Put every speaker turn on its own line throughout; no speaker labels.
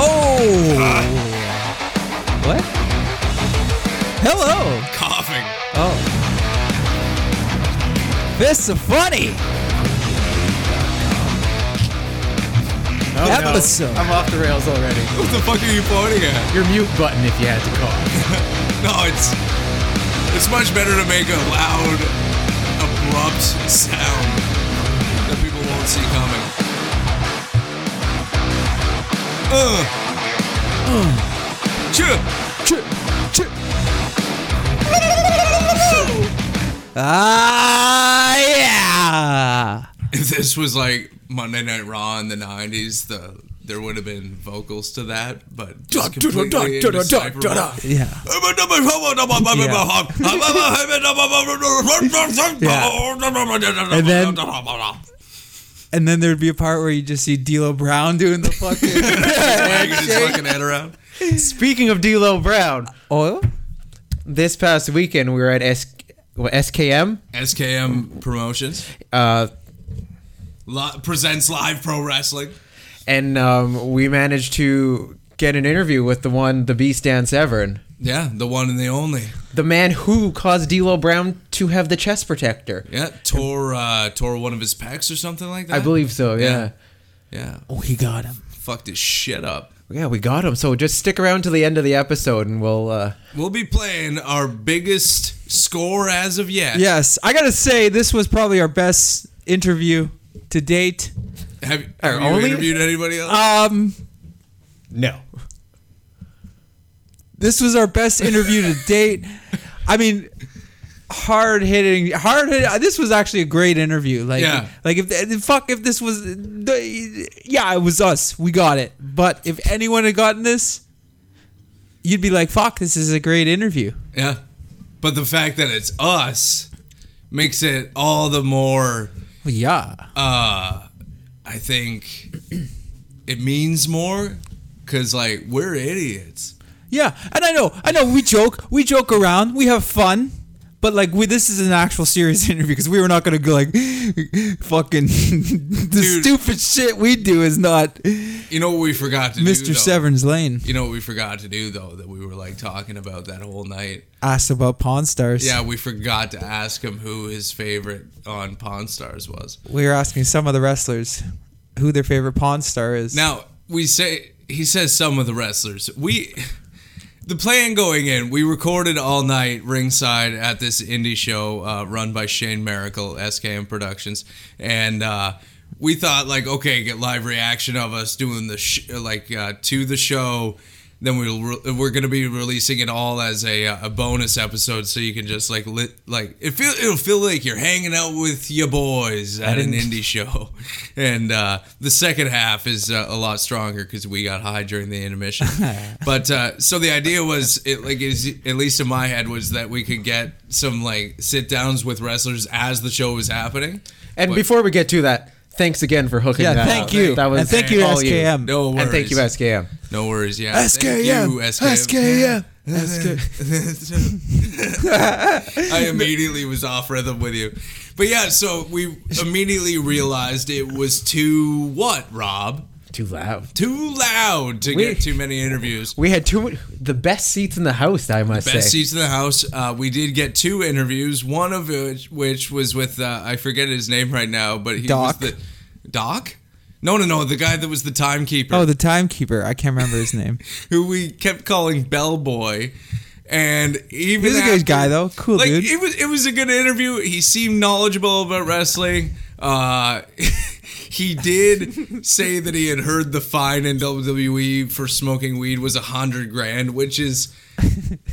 Oh. Chris Oh. Funny episode.
Oh, I'm off the rails already.
What the fuck are you pointing at?
Your mute button if you had to cough.
No, it's it's much better to make a loud, abrupt sound that people won't see coming. Ugh. Choo.
Ah, yeah.
If this was like Monday Night Raw in the '90s, the there would have been vocals to that, but just completely indecipherable.
Yeah.
And
then- And then there'd be a part where you just see D'Lo Brown doing the fucking
his fucking head around.
Speaking of D'Lo Brown,
oil.
this past weekend we were at S- what, SKM.
SKM Promotions
Uh,
li- presents live pro wrestling.
and um, we managed to get an interview with the one, the Beast Dan Severn,
Yeah, the one and the only.
the man who caused D'Lo Brown to have the chest protector.
Yeah, tore uh, tore one of his pecs or something like that.
I believe so.
Yeah.
Yeah.
Yeah,
Oh, he got him.
fucked his shit up.
yeah, we got him. So just stick around to the end of the episode, and we'll. Uh,
We'll be playing our biggest score as of yet.
Yes, I gotta say this was probably our best interview to date.
Have, have
Our
you
only-
interviewed anybody else?
Um,
no.
this was our best interview to date. I mean, hard hitting, hard hit. uh, This was actually a great interview. Like,
Yeah.
like if if- fuck if this was, yeah, it was us. We got it. But if anyone had gotten this, you'd be like, fuck, this is a great interview.
yeah. But the fact that it's us makes it all the more
Well, yeah,
uh I think it means more cuz like we're idiots.
yeah. And I know, I know. We joke, we joke around, we have fun. But like, we, this is an actual serious interview because we were not gonna go like, fucking, the
Dude.
stupid shit we do is not
You know what we forgot to do?
Mr.
though?
Severn's lane.
You know what we forgot to do though that we were like talking about that whole night.
asked about Pawn Stars.
Yeah, we forgot to ask him who his favorite on Pawn Stars was.
We were asking some of the wrestlers who their favorite Pawn Star is.
Now we say he says some of the wrestlers. We the plan going in. We recorded all night ringside at this indie show uh, run by Shane Miracle, SKM Productions, and uh, we thought like, okay, get live reaction of us doing the sh- like uh, to the show. Then we'll re- we're gonna be releasing it all as a, uh, a bonus episode, so you can just like lit like it feel it'll feel like you're hanging out with your boys at an
didn't-
indie show, and uh, the second half is uh, a lot stronger because we got high during the intermission. but uh, so the idea was, it like is at least in my head was that we could get some like sit downs with wrestlers as the show was happening.
And
But-
before we get to that, thanks again for hooking
Yeah,
that
thank
up.
you.
That was
And thank you,
all
SKM.
No worries.
And thank you, SKM.
No worries. Yeah.
SKM. SKM.
SKM. I immediately was off rhythm with you, but yeah. So we immediately realized it was too what, Rob?
Too loud.
Too loud to
We-
get too many interviews.
We had two the best seats in the house, I must
Best
say.
seats in the house. Uh, we did get two interviews. One of which, which was with uh, I forget his name right now, but he
Doc.
was the Doc. No, no, no. The guy that was the timekeeper,
Oh, the timekeeper. I can't remember his name.
who we kept calling Bellboy, and even
He's a good
after-
guy though. Cool
like
dude.
it was, it was a good interview. He seemed knowledgeable about wrestling. Uh, he did say that he had heard the fine in WWE for smoking weed was a hundred grand, which is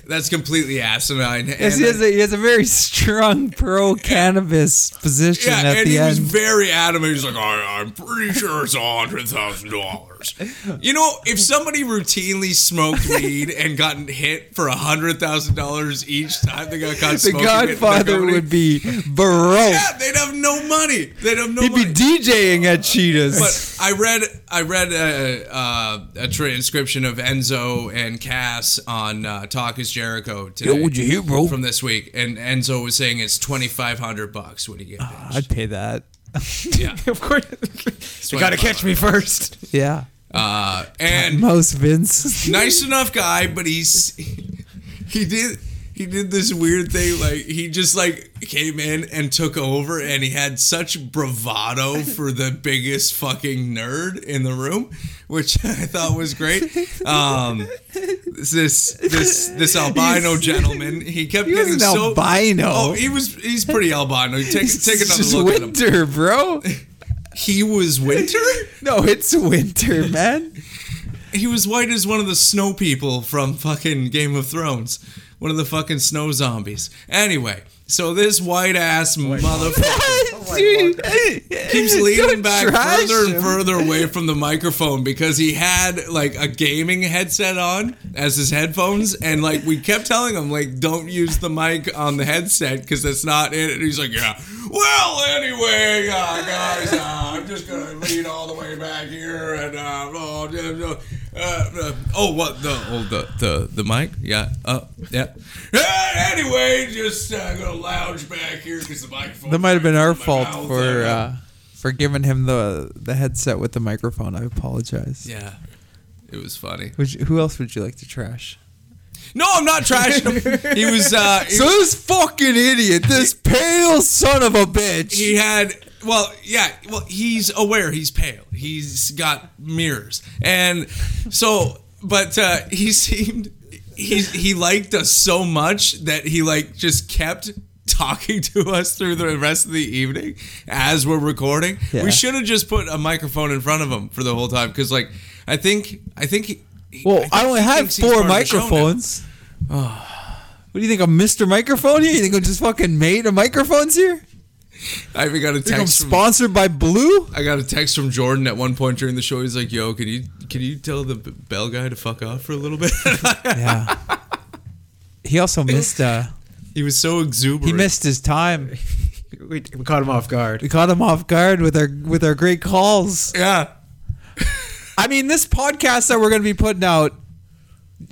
that's completely asinine. And
Yes, he, has a, he has a very strong pro cannabis position
yeah,
at
and
the
he was
end.
very adamant. He's like, I, I'm pretty sure it's a hundred thousand dollars. You know, if somebody routinely smoked weed and gotten hit for a hundred thousand dollars each time they got caught
the
smoking, it in their
Godfather
company-
would be baroque.
Yeah, they'd have no money. They'd have no
He'd be
money.
DJing at Cheetahs.
but I read I read a, uh, a transcription of Enzo and Cass on uh, Talk Is Jericho today.
what'd you hear, bro?
From this week, and Enzo was saying it's twenty five hundred bucks when you get pinched.
I'd pay that.
yeah,
of course. you gotta catch me first.
Yeah.
uh, and
Most Vince.
nice enough guy, but he's he did he did this weird thing like he just like came in and took over and he had such bravado for the biggest fucking nerd in the room which i thought was great um this this this albino
He's-
gentleman he kept
He
getting
wasn't
so
albino.
oh he was he's pretty albino take, take another
it's
look at him
winter, bro.
he was winter
No, it's winter, man.
he was white as one of the snow people from fucking Game of Thrones, one of the fucking snow zombies. Anyway, so this white ass motherfucker
Dude,
keeps leaning
don't
back
trash
further
him.
and further away from the microphone because he had like a gaming headset on as his headphones, and like we kept telling him like don't use the mic on the headset because that's not it. And he's like, yeah. Well, anyway, uh, guys, uh, I'm just gonna lean all the way back here, and uh, oh, yeah, yeah, uh, uh, oh, what the oh the the the mic? Yeah, uh, yeah. Uh, anyway, just uh, gonna lounge back here because the microphone.
That might have been our fault
mouth,
for
uh,
uh, for giving him the the headset with the microphone. I apologize.
Yeah. It was funny.
Would you- who else would you like to trash?
No, I'm not trashing him. He was uh he,
So this fucking idiot, this pale son of a bitch.
he had well, yeah, well he's aware he's pale. He's got mirrors. And so but uh he seemed he he liked us so much that he like just kept talking to us through the rest of the evening as we're recording.
Yeah.
We should have just put a microphone in front of him for the whole time cuz like I think I think he,
well,
think
I only
he
had
thinks he's
four
part of the show now.
microphones. What do you think? I'm Mr. Microphone here? You think I'm just fucking made of microphones here?
I even got a
Think I'm
text from
sponsored by Blue?
I got a text from Jordan at one point during the show. He's like, "Yo, can you can you tell the b- bell guy to fuck off for a little bit?"
Yeah. he also missed. Uh,
he was so exuberant.
he missed his time.
We, we caught him off guard.
We caught him off guard with our with our great calls.
Yeah,
I mean, this podcast that we're going to be putting out,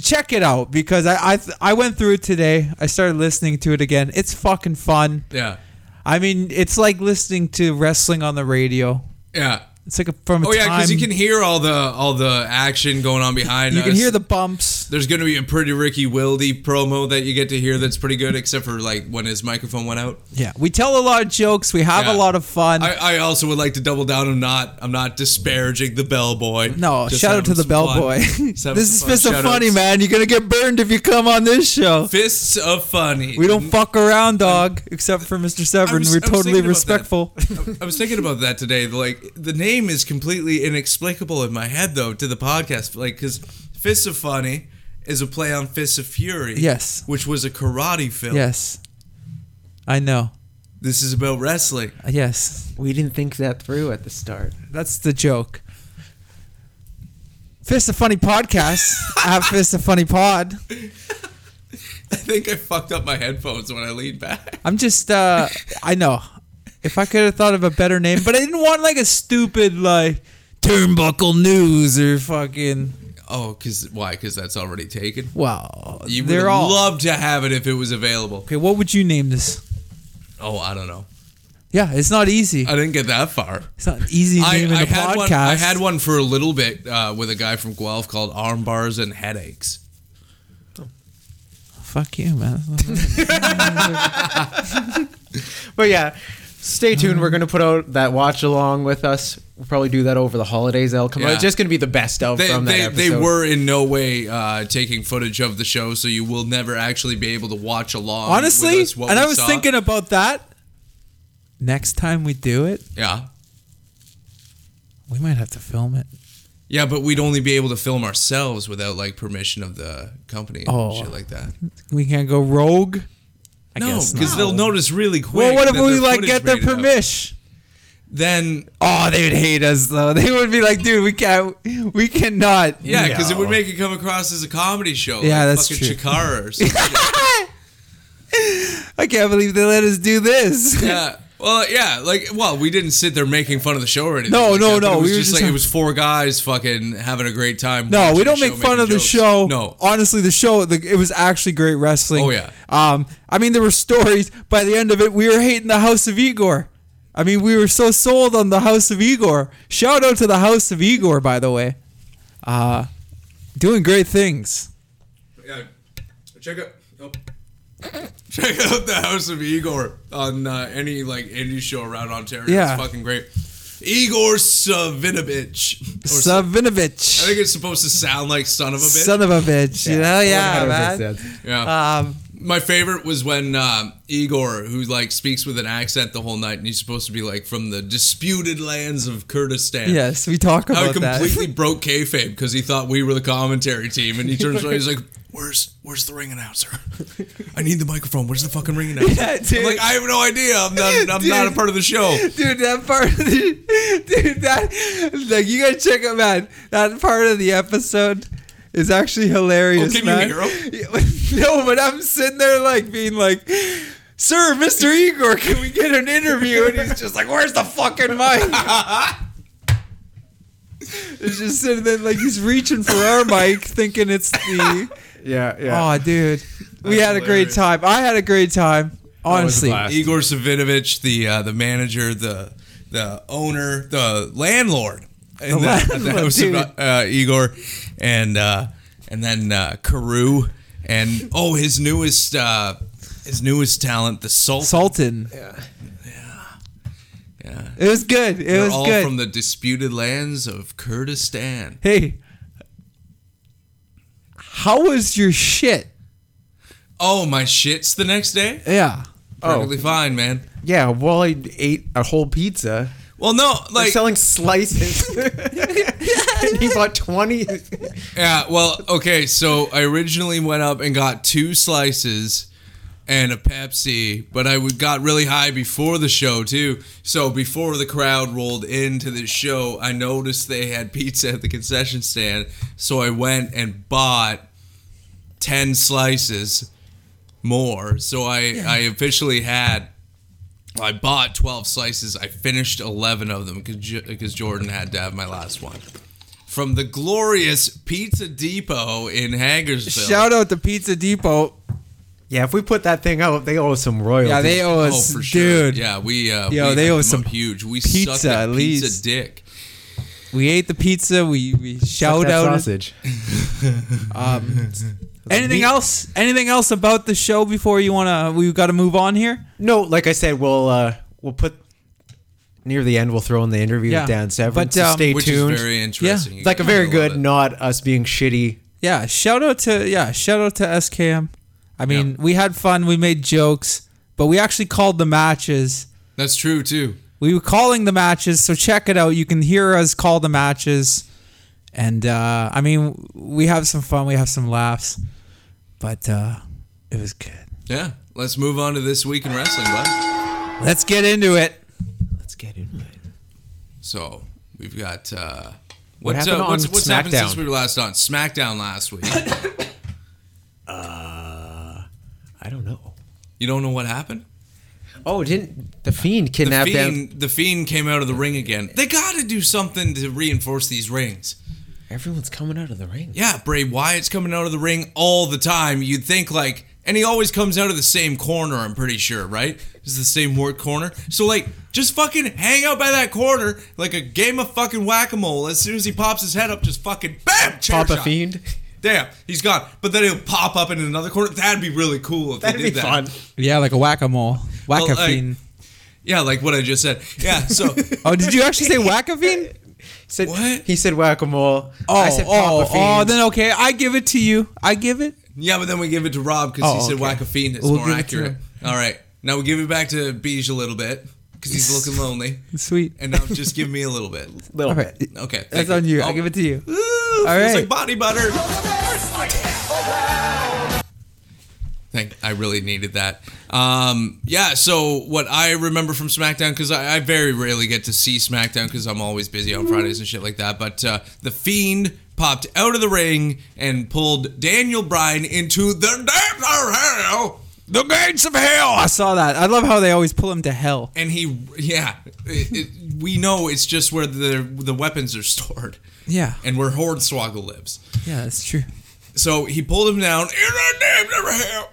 check it out because I I, th- I went through it today. I started listening to it again. It's fucking fun.
yeah,
I mean, it's like listening to wrestling on the radio.
yeah.
It's like a, from a
Oh yeah,
time
because you can hear all the all the action going on behind
you
us.
can hear the bumps.
There's gonna be a pretty Ricky Wilde promo that you get to hear. That's pretty good, except for like when his microphone went out.
Yeah, we tell a lot of jokes. We have
Yeah.
a lot of fun.
I, I also would like to double down. I'm not I'm not disparaging the bellboy.
no,
Just
shout out to
having
the
some fun.
bellboy.
Just having
this
some
is
fun.
Fist of
Shout
Funny,
outs.
man. You're gonna get burned if you come on this show.
Fists of funny.
We don't fuck around, dog. Except for Mr.
I
Severin,
was-
we're
I was
totally
thinking about that.
respectful.
I- I was thinking about that today. Like the name is completely inexplicable in my head though to the podcast. Like because Fist of Funny is a play on Fist of Fury.
Yes.
which was a karate film.
yes, I know.
this is about wrestling.
Yes,
We didn't think that through at the start.
that's the joke. Fist of Funny podcast at Fist of Funny Pod.
I think I fucked up my headphones when I leaned back.
I'm just, uh I know. If I could have thought of a better name, but I didn't want like a stupid like turnbuckle news or fucking.
Oh, because why? Because that's already taken.
Wow,
You would
they're all
love to have it if it was available.
okay. What would you name this?
Oh, I don't know.
Yeah, it's not easy.
I didn't get that far.
It's not an easy
I,
name in
I
a
had
podcast.
one. I had one for a little bit uh, with a guy from Guelph called Arm Bars and Headaches.
Fuck you, man.
But yeah, stay tuned. We're gonna put out that watch along with us. We'll probably do that over the holidays. That'll come out.
Yeah.
It's just gonna be the best of
they,
from that
they,
episode.
they were in no way uh, taking footage of the show, so you will never actually be able to watch along. with
Honestly,
us what
and
we
I was
saw.
thinking about that. Next time we do it,
yeah,
we might have to film it.
yeah, but we'd only be able to film ourselves without like permission of the company and
Oh.
shit like that.
We can't go rogue. I
no,
guess
because
not.
they'll notice really quick.
Well, what if
that
we
their
like
footage
get their
made it up.
permission?
Then
Oh, they'd hate us though. They would be like, "Dude, we can't. We cannot."
yeah, because it
No.
would make it come across as a comedy show.
Yeah,
like
that's
fucking
true.
Chikara or something.
I can't believe they let us do this.
yeah. Well, yeah, like, well, we didn't sit there making fun of the show or anything.
No,
like
no,
that, but
no,
It was
we were
just
just
like it
ha-
was four guys fucking having a great time.
No,
watching
we
the
don't
show,
make fun
making
of the
jokes.
show. Oh.
No,
honestly, the show the, it was actually great wrestling.
Oh, yeah.
Um, I mean, there were stories. By the end of it, we were hating the House of Igor. I mean, we were so sold on the House of Igor. Shout out to the House of Igor, by the way. Uh, doing great things.
Yeah. Check it. Oh. Check out the House of Igor on uh, any like indie show around Ontario.
Yeah.
It's fucking great. Igor Savinovich. Or Sa- I
Savinovich.
think it's supposed to sound like son of a bitch.
Son of a bitch. You know? Yeah, man.
yeah.
Um,
My favorite was when um, Igor, who like speaks with an accent the whole night, and he's supposed to be like from the disputed lands of Kurdistan.
yes, we talk
How he
about that.
completely broke kayfabe because he thought we were the commentary team, and he turns around, he's like, "Where's where's the ring announcer? I need the microphone. Where's the fucking ring announcer?"
Yeah,
I'm
dude.
like, I have no idea. I'm not. I'm not a
Dude.
part of the show.
Dude, that part, dude, that like you gotta check out, man. That part of the episode is actually hilarious,
Oh, can you
man. no, but I'm sitting there like being like, "Sir, Mr. Igor, can we get an interview?" And he's just like, "Where's the fucking mic?" He's just sitting there like he's reaching for our mic, thinking it's the.
Yeah, yeah.
Oh, dude, we
That's
had a great
hilarious.
time. I had a great time. Honestly,
blast.
Igor Savinovich, the uh, the manager, the the owner, the landlord, and
The
that-
landlord,
that was
dude.
uh, Igor, and uh, and then uh, Carew, and oh, his newest uh, his newest talent, the Sultan.
Sultan.
yeah.
It was good. It
They're
was
all
good.
from the disputed lands of Kurdistan.
hey, how was your shit?
Oh, my shit's the next day.
Yeah.
Oh.
Perfectly fine, man.
Yeah, Wally ate a whole pizza.
Well, no,
They're
like
selling slices. and he bought 20.
Yeah, well, okay, so I originally went up and got two slices and a Pepsi, but I would got really high before the show too. So before the crowd rolled into the show, I noticed they had pizza at the concession stand, so I went and bought 10 slices more. So I I officially had I bought 12 slices. I finished 11 of them because Jordan had to have my last one. From the glorious Pizza Depot in Hagersville.
Shout out to Pizza Depot.
Yeah, if we put that thing out, they owe us some royalties.
Yeah, they owe
oh,
us,
for sure.
dude.
Yeah, we uh,
Yo,
we
they
hooked
owe
them
some
up huge. We
pizza,
sucked that
at
pizza
least.
dick.
We ate the pizza. We, we
Fuck
shout
that
out.
sausage.
Um, anything
meat.
else? Anything else about the show before you wanna? We got to move on here.
No, like I said, we'll uh, we'll put near the end. We'll throw in the interview
Yeah.
with Dan Severn.
But,
so
um,
stay
Which
tuned.
is very interesting. You
like a
guys
very
will love
good,
it.
not us being shitty.
Yeah. Shout out to yeah. Shout out to SKM. I mean, we had fun. We made jokes, but we actually called the matches.
That's true too.
we were calling the matches so check it out you can hear us call the matches and uh, i mean we have some fun we have some laughs but uh, it was good
Yeah. Let's move on to this week in wrestling, bud.
let's get into it
Let's get into it.
So we've got uh,
What
what's,
happened
uh,
on
what's, what's happened since
SmackDown?
we were last on SmackDown last week.
I don't know.
you don't know what happened.
Oh, didn't the fiend kidnap
the
them?
fiend, the fiend came out of the ring again. They got to do something to reinforce these rings.
Everyone's coming out of the ring.
Yeah, Bray Wyatt's coming out of the ring all the time. You'd think like, and he always comes out of the same corner. I'm pretty sure, right? It's the same work corner. So like, just fucking hang out by that corner like a game of fucking whack a mole. As soon as he pops his head up, just fucking bam, chair
Papa
shot.
fiend.
Damn, he's gone. But then he'll pop up in another corner. That'd be really cool if
That'd
they
be
did that.
fun.
yeah like a whack-a-mole whack-a-fiend
Yeah, like what I just said. Yeah, so
oh did you actually say whack-a-fiend
Said,
What?
He said whack a mole.
oh
I said
oh
Papa
oh
fiend.
then okay i give it to you i give it
Yeah, but then we give it to Rob because
Oh,
he said
okay.
whack a fiend. It's
We'll
more
give it to
accurate. All right. Now we give it back to Beige a little bit because he's looking lonely.
sweet
And now just give me a little bit.
Little
all right
bit.
Okay. thank
that's on you i
Oh.
give it to you All
Ooh, feels
right.
like body butter. Thank. I really needed that. Um, yeah. So what I remember from SmackDown because I, I very rarely get to see SmackDown because I'm always busy on Fridays and shit like that. But uh, the Fiend popped out of the ring and pulled Daniel Bryan into the depths of hell. The gates of hell
i saw that i love how they always pull him to hell
and he yeah it, it, we know it's just where the the weapons are stored
yeah
and where hornswoggle lives
yeah that's true
so he pulled him down in a damn never hell,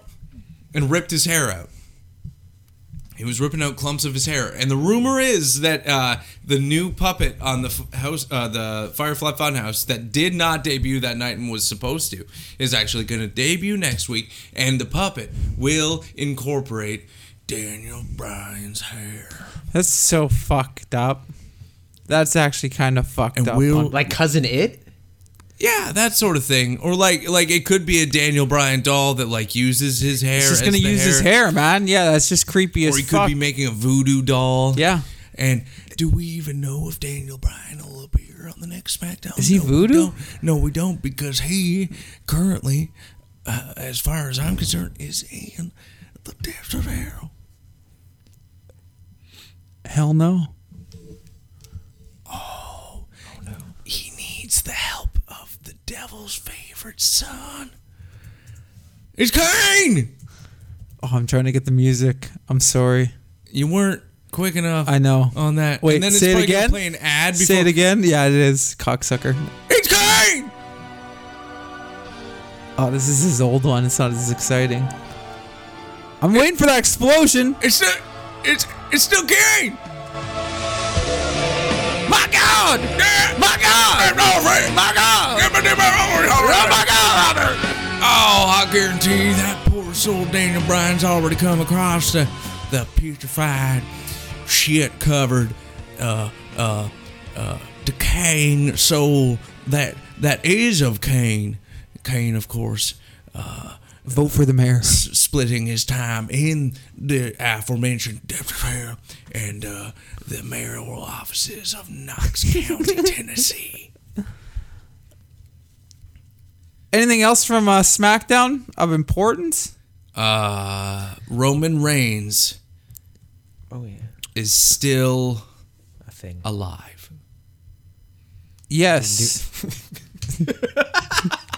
and ripped his hair out He was ripping out clumps of his hair, and the rumor is that uh, the new puppet on the f- house, uh, the Firefly Funhouse, that did not debut that night and was supposed to, is actually going to debut next week, and the puppet will incorporate Daniel Bryan's hair.
That's so fucked up. That's actually kind of fucked
And
up.
we'll-
on-
Like cousin it?
Yeah, that sort of thing, or like like it could be a Daniel Bryan doll that like uses his hair.
He's just
as
gonna
the
use his hair, man. Yeah, that's just creepy
or
as
he could
fuck.
be making a voodoo doll.
Yeah.
And do we even know if Daniel Bryan will appear on the next SmackDown?
Is he
No, we
voodoo?
don't. No, we don't because he currently, uh, as far as I'm concerned, is in the depths of hell.
Hell no.
He needs the help of the devil's favorite son. It's Kane.
Oh, I'm trying to get the music. I'm sorry.
You weren't quick enough.
I know.
On that.
Wait,
and then
say it
it's probably gonna
again.
Play an ad. Before,
Say it again. Yeah, it is cocksucker.
It's Kane.
Oh, this is his old one. It's not as exciting. I'm waiting for that explosion.
It's still, it's it's still Kane. My God! Yeah. My God! My God! Oh my God! Oh, I guarantee you that poor soul Daniel Bryan's already come across the the putrefied, shit covered, uh uh uh decaying soul that that is of Cain. Cain, of course. Uh,
Vote for the mayor.
s- splitting his time in the aforementioned depth of hell and uh, the mayoral offices of Knox County, Tennessee.
Anything else from uh, SmackDown of importance?
Uh, Roman Reigns
Oh yeah.
is still
A thing.
alive.
Yes.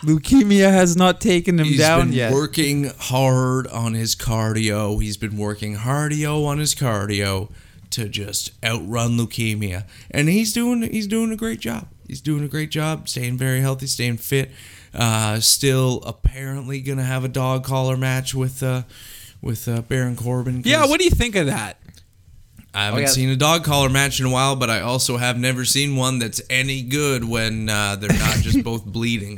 Leukemia has not taken him
He's
down
been
yet.
working hard on his cardio. He's been working hardio on his cardio to just outrun leukemia, and he's doing he's doing a great job. He's doing a great job, staying very healthy, staying fit. Uh, still apparently gonna have a dog collar match with uh, with uh, Baron Corbin. 'cause
yeah, what do you think of that?
I haven't
Oh, yeah.
seen a dog collar match in a while, but I also have never seen one that's any good when uh, they're not just both bleeding.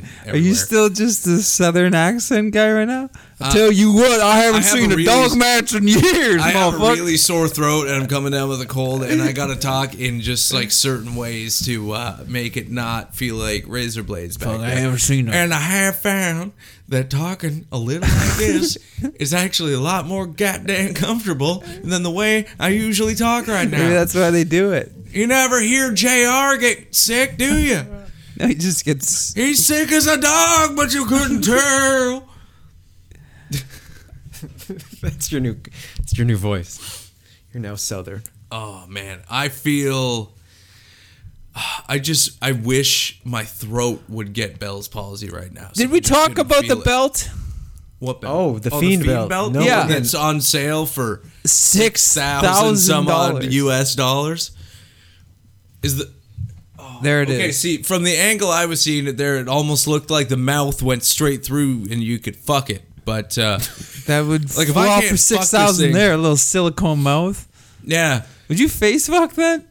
Are you
everywhere. Uh,
still just a southern accent guy right now? I tell you what, I haven't
I have
seen
a
a,
really-
dog match in years,
I have a
motherfucker.
really sore throat and I'm coming down with a cold and I gotta talk in just like certain ways to uh, make it not feel like razor blades back.
I
there.
haven't seen that.
And I have found that talking a little like this is actually a lot more goddamn comfortable than the way I usually talk right now.
Maybe that's why they do it.
you never hear JR get sick, do you?
No, he just gets.
He's sick as a dog, but you couldn't tell.
That's your new it's your new voice. You're now southern.
Oh man, I feel. I just I wish my throat would get Bell's palsy right now. so
Did we
just
talk
couldn't
about the
feel it.
belt?
What belt?
Oh, the Fiend belt. No,
Yeah.
yeah,
we didn't.
it's on sale for
Six
thousand some
thousand
odd
dollars.
U.S. dollars. Is the
There it is.
Oh, okay? See, from the angle I was seeing it there, it almost looked like the mouth went straight through, and you could fuck it. But uh,
That would
Like,
like
if
fall
I
off
can't
for
fuck this
six thousand
thing-
there, a little silicone mouth.
yeah,
Would you face fuck that?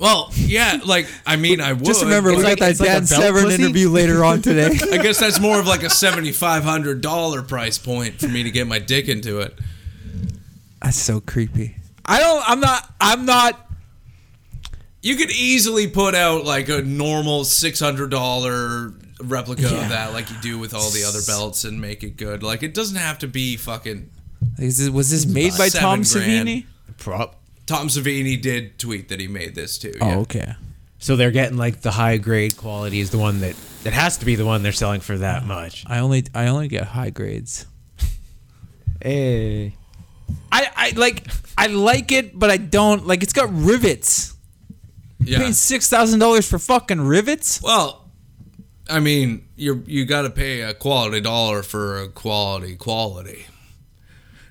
well, yeah. Like I mean, I would
Just remember,
It's
we
like-
got that
it's like a
Dan
belt
Severn
pussy?
interview later on today.
I guess that's more of like a seventy five hundred dollar price point for me to get my dick into it.
That's so creepy. I don't. I'm not. I'm not.
You could easily put out like a normal six hundred dollar replica of that, like you do with all the other belts, and make it good. Like it doesn't have to be fucking.
Is this, was this made by
Seven
Tom
grand.
Savini?
Prop.
Tom Savini did tweet that he made this too.
Oh,
yeah.
okay.
So they're getting like the high grade quality is the one that that has to be the one they're selling for that much.
I only. I only get high grades.
Hey.
I, I like I like it, but I don't like it's got rivets.
Yeah.
Paid six thousand dollars for fucking rivets.
Well, I mean, you you got to pay a quality dollar for a quality quality,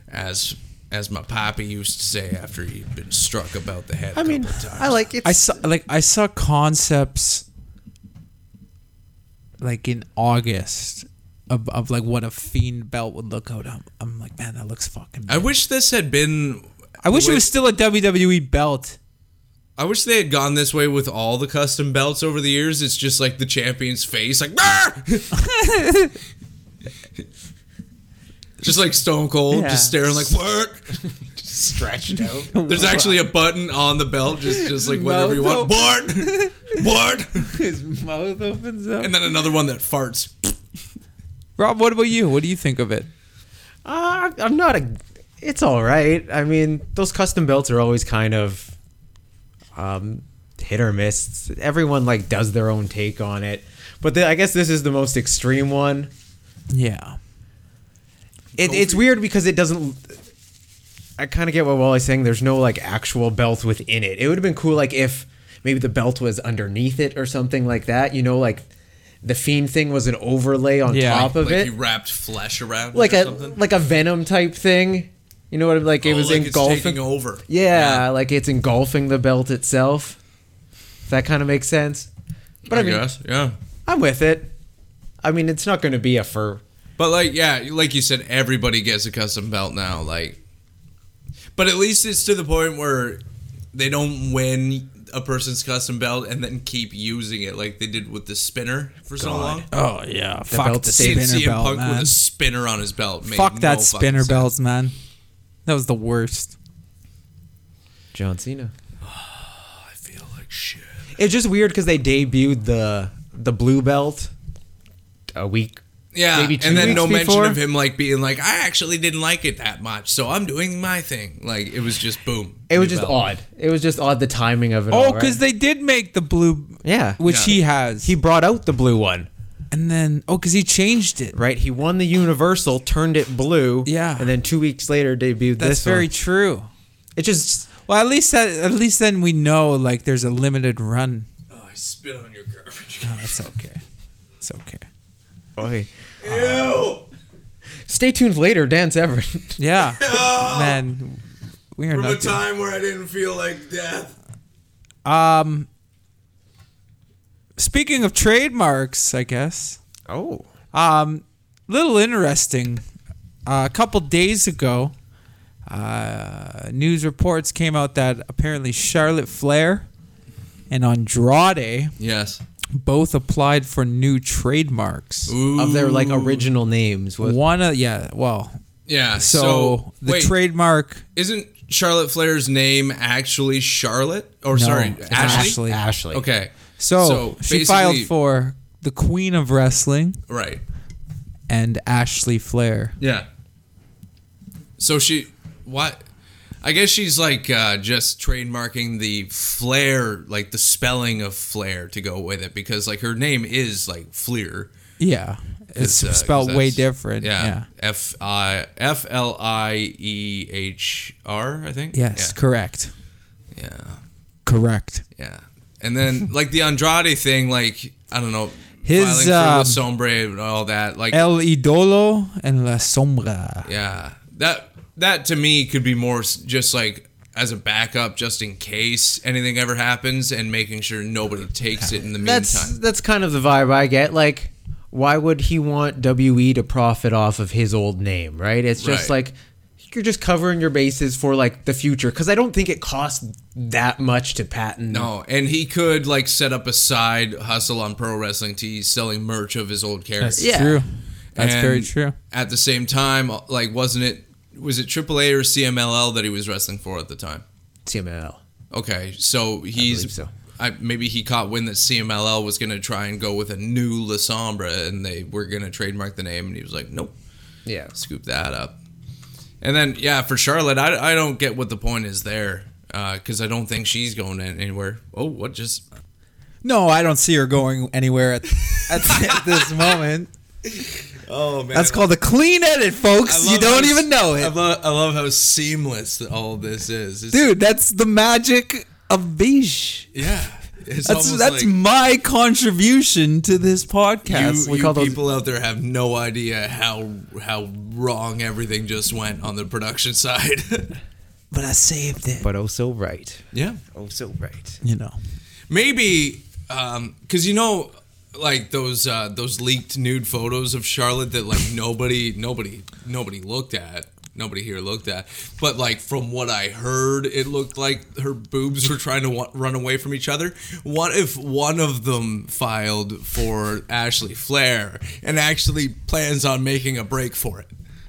as as my pappy used to say after he'd been struck about the head. a
I mean,
couple of times.
I like it.
I saw like I saw concepts like in August of, of like what a fiend belt would look out. I'm, I'm like, man, that looks fucking.
I wish this had been
I wish it
Wait.
was still a WWE belt.
I wish they had gone this way with all the custom belts over the years. It's just like the champion's face, like, "Ah!" just like Stone Cold,
Yeah.
just staring like, what?
Stretched out.
There's actually a button on the belt, just just like whatever you
Mouth
want, what? what?
His mouth opens up.
And then another one that farts.
Rob, what about you? What do you think of it?
Uh, I'm not a. It's all right. I mean, those custom belts are always kind of um, hit or miss. Everyone like does their own take on it, but the, I guess this is the most extreme one.
Yeah.
It, it's weird because it doesn't. I kind of get what Wally's saying. There's no like actual belt within it. It would have been cool like if maybe the belt was underneath it or something like that. You know, like the fiend thing was an overlay on
Yeah,
top of
like
it.
you wrapped flesh around
like
it or
a
something.
like a venom type thing. You know what? I mean? Like it
Oh,
was
like it's
engulfing.
taking over.
yeah, like it's engulfing the belt itself. If that kind of makes sense. But I,
I
mean,
guess, yeah.
I'm with it. I mean, it's not going to be a fur.
But like, yeah, like you said, everybody gets a custom belt now. Like, but at least it's to the point where they don't win a person's custom belt and then keep using it, like they did with the spinner for so long.
Oh yeah. Fuck
belt
the
stays-
spinner
CM
belt,
Punk
man.
with a spinner on his belt. made
Fuck that
no fucking
spinner
sense.
belts, man. That was the worst.
John Cena.
I feel like shit.
It's just weird because they debuted the the blue belt a week.
Yeah,
Maybe two
and then
weeks
no
before?
mention of him like being like, I actually didn't like it that much, so I'm doing my thing. Like it was just boom.
It was
new
just
belt.
odd. It was just odd the timing of it.
Oh,
all,
because
right?
they did make the blue,
yeah,
which
Yeah.
he has.
he brought out the blue one.
and then oh, because he changed it.
Right, he won the Universal, turned it blue.
Yeah.
and then two weeks later debuted
That's
this.
very
one.
true.
It just
Well, at least that, at least then we know like there's a limited run.
Oh, I spit on your garbage.
No, it's okay. It's okay.
Boy.
Ew.
Stay tuned later, Dan Severin.
Yeah, man, we are
From a
not. doing-
time where I didn't feel like death.
Speaking of trademarks, I guess.
oh.
Um, little interesting. Uh, a couple days ago, uh, news reports came out that apparently Charlotte Flair and Andrade
Yes.
both applied for new trademarks.
Of their like original names. Was,
One, of, yeah, well,
Yeah.
so,
So,
the
wait,
trademark.
isn't Charlotte Flair's name actually Charlotte? Or sorry,
it's Ashley.
Ashley?
Ashley.
Okay.
So,
basically-
she filed for the Queen of Wrestling
right.
and Ashley Flair.
Yeah. So she what I guess she's like uh, just trademarking the flair, like the spelling of flair to go with it because like her name is like Fleer. uh,
Yeah, it's spelled way different.
Yeah.
Yeah.
F I F L I E H R, I think.
Yes, correct.
Yeah. yeah.
Correct.
Yeah. And then like the Andrade thing, like I don't know,
His,
filing for
um,
La Sombre and all that, like
El Idolo and La Sombra.
yeah, that that to me could be more s- just like as a backup, just in case anything ever happens, and making sure nobody takes it in the
That's
meantime.
that's kind of the vibe I get. Like, why would he want WE to profit off of his old name, right? It's just
Right.
like you're just covering your bases for like the future because I don't think it costs that much to patent.
No, and he could like set up a side hustle on pro wrestling tees, selling merch of his old character.
That's
Yeah.
true. That's
And
very true.
At the same time, like wasn't it was it AAA or CMLL that he was wrestling for at the time?
CML.
Okay, so he's
so.
I, maybe he caught wind that CMLL was going to try and go with a new La Sombra, and they were going to trademark the name, and he was like, "Nope,
Yeah.
scoop that up." And then yeah, for Charlotte, I, I don't get what the point is there because I don't think she's going in anywhere. Oh, what just
No, I don't see her going anywhere at, at, at this moment.
oh man,
That's called a clean edit, folks. You don't even know it.
I love, I love how seamless all this is, It's-
Dude, that's the magic of Beige.
Yeah, it's
That's
almost
that's
like
my contribution to this podcast.
You,
we
you
call those-
people out there have no idea how how wrong everything just went on the production side.
but I saved it.
But oh so right.
yeah,
Oh so right.
you know.
maybe because you know, like those uh, those leaked nude photos of Charlotte that like nobody nobody nobody looked at. nobody here looked at. But like from what I heard, it looked like her boobs were trying to wa- run away from each other. What if one of them filed for Ashley Flair and actually plans on making a break for it?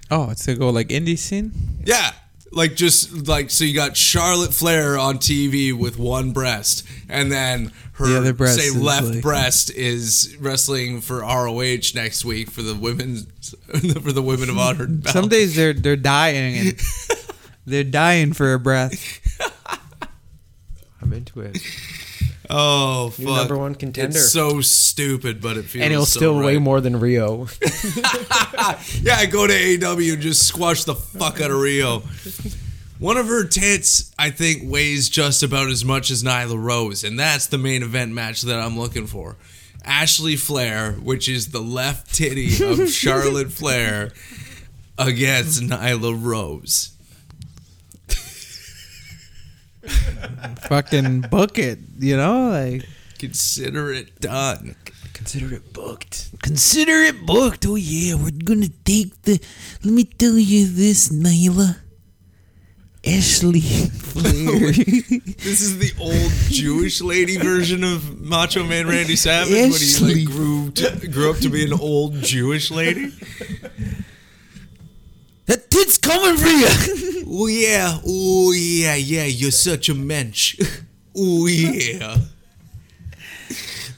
Oh, it's to go like indie scene.
Yeah. Like just like so you got Charlotte Flair on TV with one breast and then her
The other breast
say
is
left
like-
breast is wrestling for ROH next week for the women's for the women of honor. belt.
Some days they're they're dying and they're dying for a breath.
I'm into it.
Oh fuck.
New number one contender.
It's so stupid, but it feels
and it'll
so
still weigh
right.
more than Rio.
Yeah, go to AEW and just squash the fuck out of Rio. One of her tits, I think, weighs just about as much as Nyla Rose, and that's the main event match that I'm looking for. Ashley Flair, which is the left titty of Charlotte Flair, against Nyla Rose.
Fucking book it, you know? Like
Consider it done.
Consider it booked.
consider it booked. Oh yeah, we're gonna take the let me tell you this, Nyla. Ashley Flair.
This is the old Jewish lady version of Macho Man Randy Savage when he
Ashley.
like grew to, grew up to be an old Jewish lady.
that tit's coming for you.
Oh yeah, oh yeah, yeah, you're such a mensch. Oh yeah.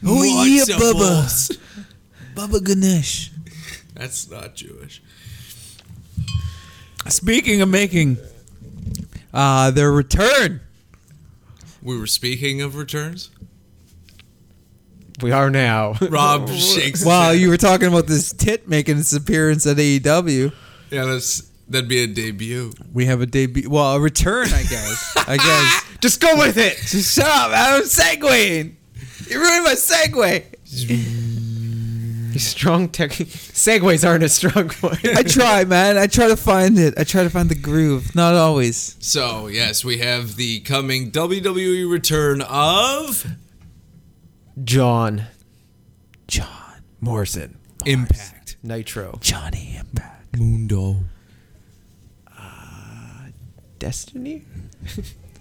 Oh,
Lots
yeah,
of
Bubba.
balls.
Baba Ganesh.
That's not Jewish.
Speaking of making uh their return.
We were speaking of returns.
We are now.
Rob shakes.
Oh, Wow, you were talking about this tit making its appearance at E AEW.
Yeah, that's that'd be a debut.
We have a debut. Well, a return, I guess. I guess.
Just go with it.
Just shut up. I'm segueing. You ruined my segue.
Strong tech. Segways aren't a strong point.
I try, man. I try to find it. I try to find the groove. Not always.
So yes, we have the coming WWE return of
John
John.
Morrison.
Impact.
Nitro.
Johnny Impact.
Mundo.
Destiny?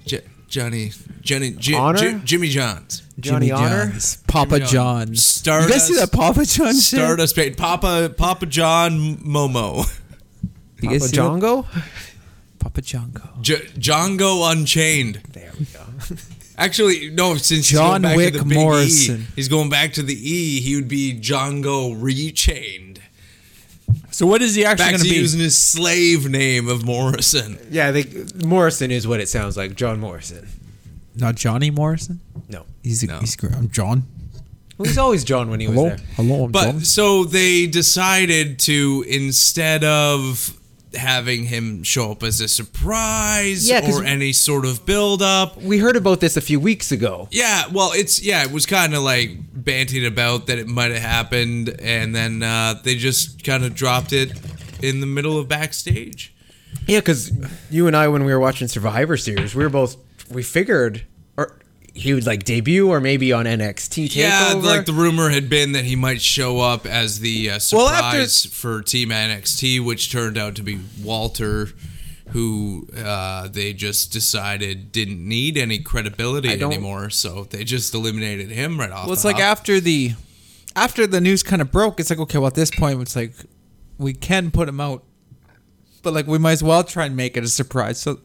J- Johnny, Johnny, J-
Honor?
J- Jimmy Johns,
Johnny Honor?
John's. Papa
Jimmy John.
John's.
Stardust.
You guys see that Papa John shit?
Stardust, Page- Papa, Papa John, Momo,
You
Papa
guys see that-
Jongo?
Papa Jongo.
J- Django Unchained.
There we go.
Actually, no. Since
John
he's going back
Wick
to the big E,
Morrison.
he's going back to the E. He would be Django Rechained.
So what is he actually
Back
going
to
to be?
using his slave name of Morrison.
Yeah, they, Morrison is what it sounds like. John Morrison.
Not Johnny Morrison.
No.
He's a,
No.
he's great. I'm John.
Well, he's always John when he was
Hello,
there.
hello. I'm
But
John.
so they decided to instead of having him show up as a surprise
Yeah, 'cause-
or any sort of build up
We heard about this a few weeks ago.
Yeah, well, it's yeah, it was kind of like bantied about that it might have happened, and then uh, they just kind of dropped it in the middle of backstage.
Yeah, because you and I, when we were watching Survivor Series, we were both we figured, or he would like debut, or maybe on NXT takeover.
Yeah, like the rumor had been that he might show up as the uh, surprise
Well, after-
for Team NXT, which turned out to be Walter, who uh, they just decided didn't need any credibility
don't-
anymore, so they just eliminated him right off.
Well, it's
the
like
hop.
after the after the news kind of broke, it's like okay, well at this point it's like we can put him out, but like we might as well try and make it a surprise. So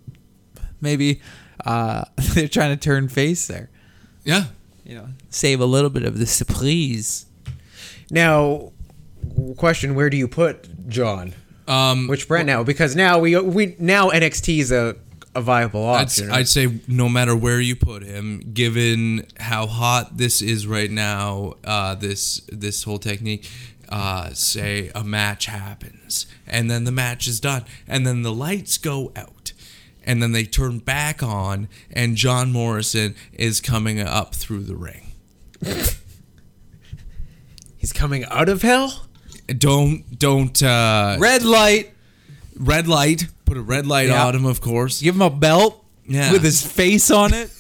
maybe uh, they're trying to turn face there,
yeah,
you know, save a little bit of the surprise.
now question: Where do you put John?
um,
Which brand now? Because now we we now NXT is a, a viable
I'd,
option.
I'd say no matter where you put him, given how hot this is right now, uh, this this whole technique, uh, say a match happens, and then the match is done, and then the lights go out, and then they turn back on, and John Morrison is coming up through the ring.
He's coming out of hell.
Don't don't uh,
Red light,
red light. Put a red light
Yeah.
on him, of course,
give him a belt
Yeah.
with his face on it.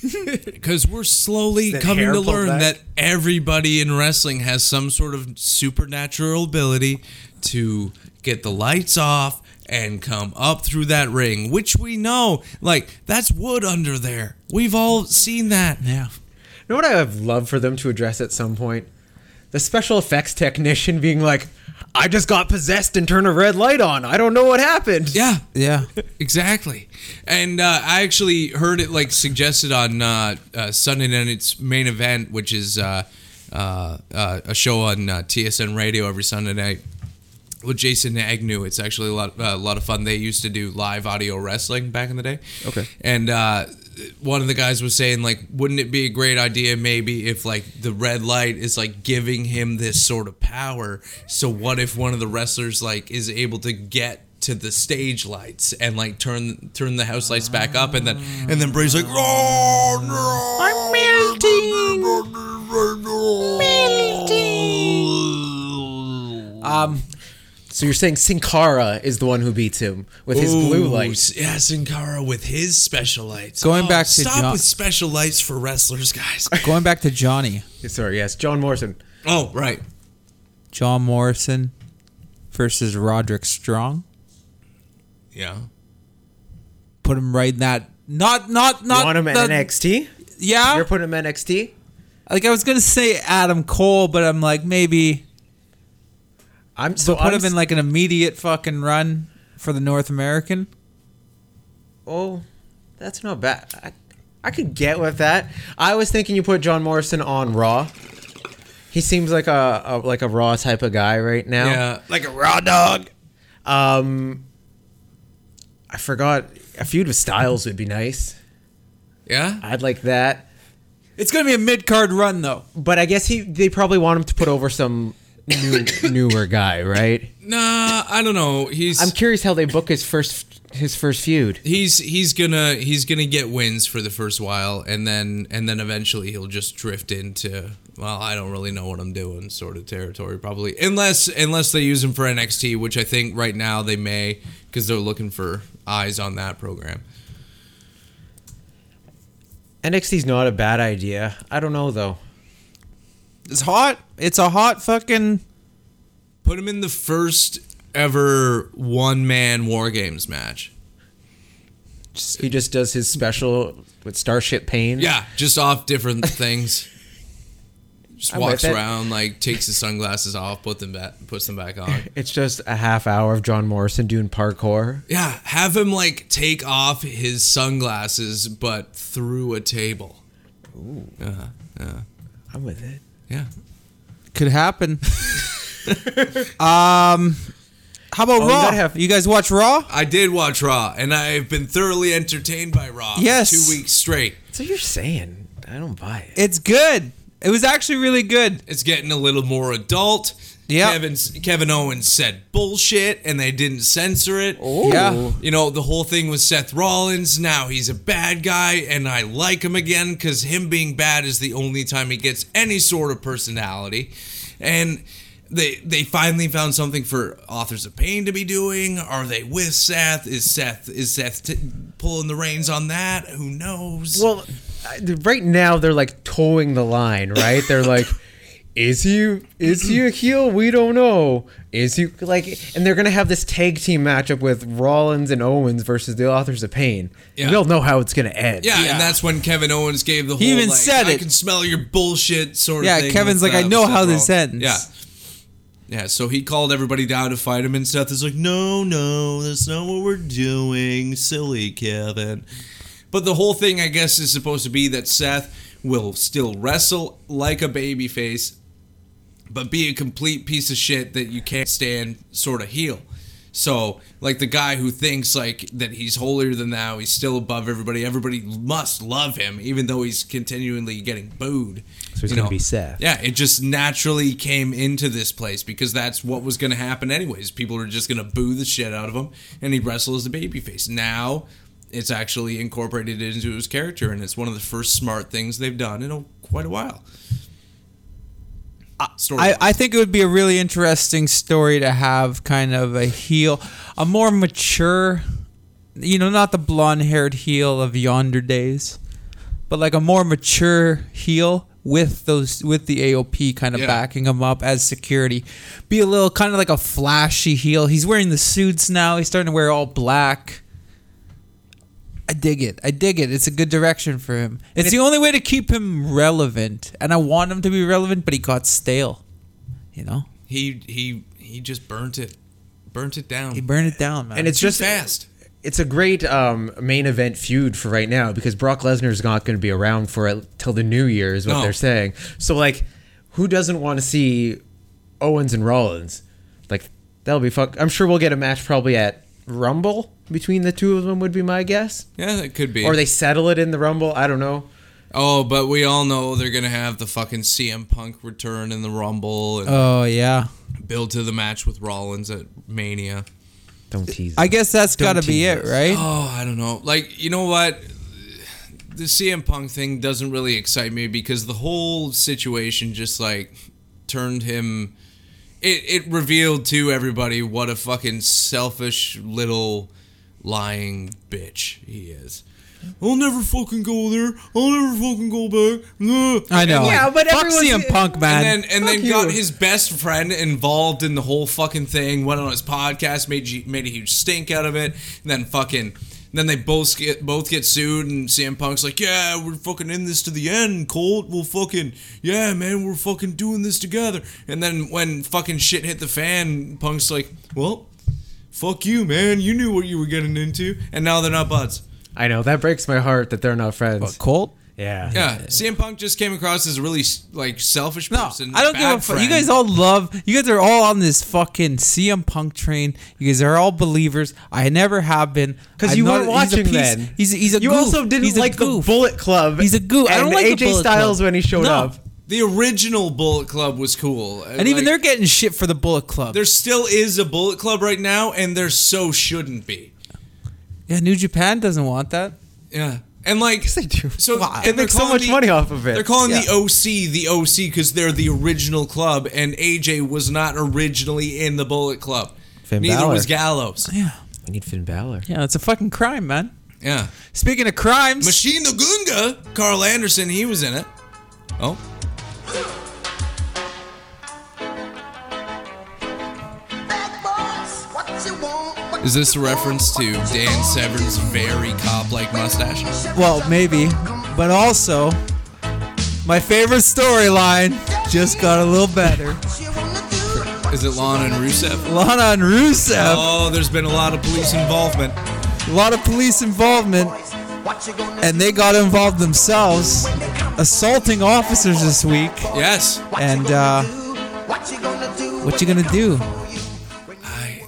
because we're slowly
That
coming
hair
to
pulled
learn
back.
that everybody in wrestling has some sort of supernatural ability to get the lights off and come up through that ring, which we know, like that's wood under there. We've all seen that.
Yeah.
You know what I would love for them to address at some point? The special effects technician being like, I just got possessed and turned a red light on. I don't know what happened.
Yeah,
Yeah.
exactly. And uh, I actually heard it like suggested on uh, uh, Sunday night's main event, which is uh, uh, uh, a show on uh, TSN radio every Sunday night with Jason Agnew. It's actually a lot uh, a lot of fun. They used to do live audio wrestling back in the day.
Okay.
and uh, one of the guys was saying like, wouldn't it be a great idea maybe if like the red light is like giving him this sort of power? So what if one of the wrestlers like is able to get to the stage lights and like turn turn the house lights back up and then and then Bray's like, oh no, I'm melting, melting.
Um.
So you're saying Sin Cara is the one who beats him with his blue light.
Yeah, Sin Cara with his special lights. Oh,
Going back to
stop
John-
with special lights for wrestlers, guys.
Going back to Johnny,
Sorry, yes, John Morrison.
oh, right.
John Morrison versus Roderick Strong.
Yeah.
Put him right in that. Not not
You
not.
want him at
the-
NXT?
Yeah.
You're putting him at NXT?
like I was gonna say Adam Cole, but I'm like maybe.
I'm so
So put
I'm
him in like an immediate fucking run for the North American.
Oh, that's not bad. I, I could get with that. I was thinking you put John Morrison on Raw. He seems like a, a like a Raw type of guy right now.
Yeah. Like a raw dog.
Um, I forgot a feud with Styles would be nice.
Yeah.
I'd like that.
It's gonna be a mid card run though.
But I guess he they probably want him to put over some new, newer guy, right?
Nah, I don't know. He's
I'm curious how they book his first his first feud.
he's he's gonna he's gonna get wins for the first while, and then and then eventually he'll just drift into well, I don't really know what I'm doing sort of territory probably, unless unless they use him for NXT, which I think right now they may because they're looking for eyes on that program.
NXT's not a bad idea. I don't know though.
It's hot. It's a hot fucking.
Put him in the first ever one man War Games match.
He just does his special with Starship Pain.
Yeah, just off different things. Just
I'm
walks
with it.
around, like takes his sunglasses off, put them back, puts them back on.
It's just a half hour of John Morrison doing parkour.
Yeah, have him like take off his sunglasses, but through a table.
I'm with it.
Yeah,
Could happen. um, how about
Oh, you
Raw?
gotta have-
you guys watch Raw?
I did watch Raw, and I've been thoroughly entertained by Raw. for
Yes.
two weeks straight.
So you're saying I don't buy it.
It's good. It was actually really good.
It's getting a little more adult.
Yeah.
Kevin Kevin Owens said bullshit, and they didn't censor it.
Yeah.
You know, the whole thing with Seth Rollins. Now he's a bad guy, and I like him again because him being bad is the only time he gets any sort of personality. And they they finally found something for authors of pain to be doing. Are they with Seth? Is Seth is Seth t- pulling the reins on that? Who knows?
Well, I- right now they're like towing the line, right? They're like, is he is he a heel? We don't know. Is he like? And they're gonna have this tag team matchup with Rollins and Owens versus the Authors of Pain.
Yeah.
We all know how it's gonna end.
yeah,
yeah.
and that's when Kevin Owens gave the whole.
He even
like,
said
I
it.
can smell your bullshit sort
Yeah,
of thing.
Kevin's
with,
like,
uh,
"I know
Seth
how this
Rollins."
ends.
Yeah. Yeah, so he called everybody down to fight him, and Seth is like, no, no, that's not what we're doing. Silly Kevin. But the whole thing, I guess, is supposed to be that Seth will still wrestle like a babyface, but be a complete piece of shit that you can't stand sort of heel. So, like the guy who thinks like that he's holier than thou, he's still above everybody. Everybody must love him, even though he's continually getting booed.
So he's
You
gonna
know?
be Seth.
Yeah, it just naturally came into this place because that's what was going to happen anyways. People are just going to boo the shit out of him, and he wrestles as a babyface. Now, it's actually incorporated into his character, and it's one of the first smart things they've done in a, quite a while. Story.
I, I think it would be a really interesting story to have kind of a heel, a more mature, you know, not the blonde haired heel of yonder days, but like a more mature heel with those with the AOP kind of
Yeah.
backing him up as security. Be a little kind of like a flashy heel. He's wearing the suits now. He's starting to wear all black. I dig it. I dig it. It's a good direction for him. It's the only way to keep him relevant, and I want him to be relevant, but he got stale. You know,
He he he just burnt it, burnt it down.
he burned it down, man.
and it's
Too
just
fast.
It's a great um, main event feud for right now because Brock Lesnar's not going to be around for it till the New Year is what
No.
they're saying. So like, who doesn't want to see Owens and Rollins? Like that'll be fuck. I'm sure we'll get a match probably at Rumble between the two of them would be my guess.
Yeah, that could be.
Or they settle it in the Rumble. I don't know.
oh, but we all know they're gonna have the fucking CM Punk return in the Rumble
Uh.
and
oh yeah.
build to the match with Rollins at Mania.
Don't tease.
I guess that's
Don't
got to be
tease
it,
us.
right?
Oh, I don't know. Like, you know what? The CM Punk thing doesn't really excite me because the whole situation just like turned him. It, it revealed to everybody what a fucking selfish little lying bitch he is. I'll never fucking go there. I'll never fucking go back. Nah.
I know.
Yeah, but
Fuck
everyone's-
CM Punk, man.
And then, and
Fuck
then got
you.
his best friend involved in the whole fucking thing. Went on his podcast, made g- made a huge stink out of it, and then fucking. Then they both get both get sued, and CM Punk's like, "Yeah, we're fucking in this to the end, Colt. We'll fucking yeah, man, we're fucking doing this together." And then when fucking shit hit the fan, Punk's like, "Well, fuck you, man. You knew what you were getting into, and now they're not buds."
I know that breaks my heart that they're not friends.
But Colt?
yeah.
Yeah, CM Punk just came across as a really like selfish
No,
person.
I don't give a
bad
fuck. You
friend.
guys all love. You guys are all on this fucking CM Punk train. You guys are all believers. I never have been.
Because
I'm
you
not-
weren't
he's
watching
a piece-
then.
He's, he's a
you
goof.
also didn't
He's a
like
goof.
the Bullet Club.
He's a goof. I don't
and
like the
AJ
Bullet
Styles
Club.
when he showed
No.
up.
The original Bullet Club was cool.
And even they're getting shit for the Bullet Club.
there still is a Bullet Club right now, and there so shouldn't be.
Yeah, New Japan doesn't want that.
Yeah. And like
they do.
So
Wow.
and
They
they're
make so
calling
much money off of it.
They're calling
Yeah.
the OC the OC because they're the original club, and AJ was not originally in the Bullet Club.
Finn
Neither
Balor.
was Gallows.
Yeah,
We need Finn Balor.
yeah, it's a fucking crime, man.
Yeah.
Speaking of crimes,
Machine the Gunga, Carl Anderson, he was in it. Oh.
Is this a reference to Dan Severn's very cop-like mustache?
well, maybe, but also, my favorite storyline just got a little better.
Is it Lana and Rusev?
Lana and Rusev.
Oh, there's been a lot of police involvement.
Oh.
a lot of police involvement, and
And
they got involved themselves, assaulting officers this week.
Yes.
And uh, what you gonna do?
I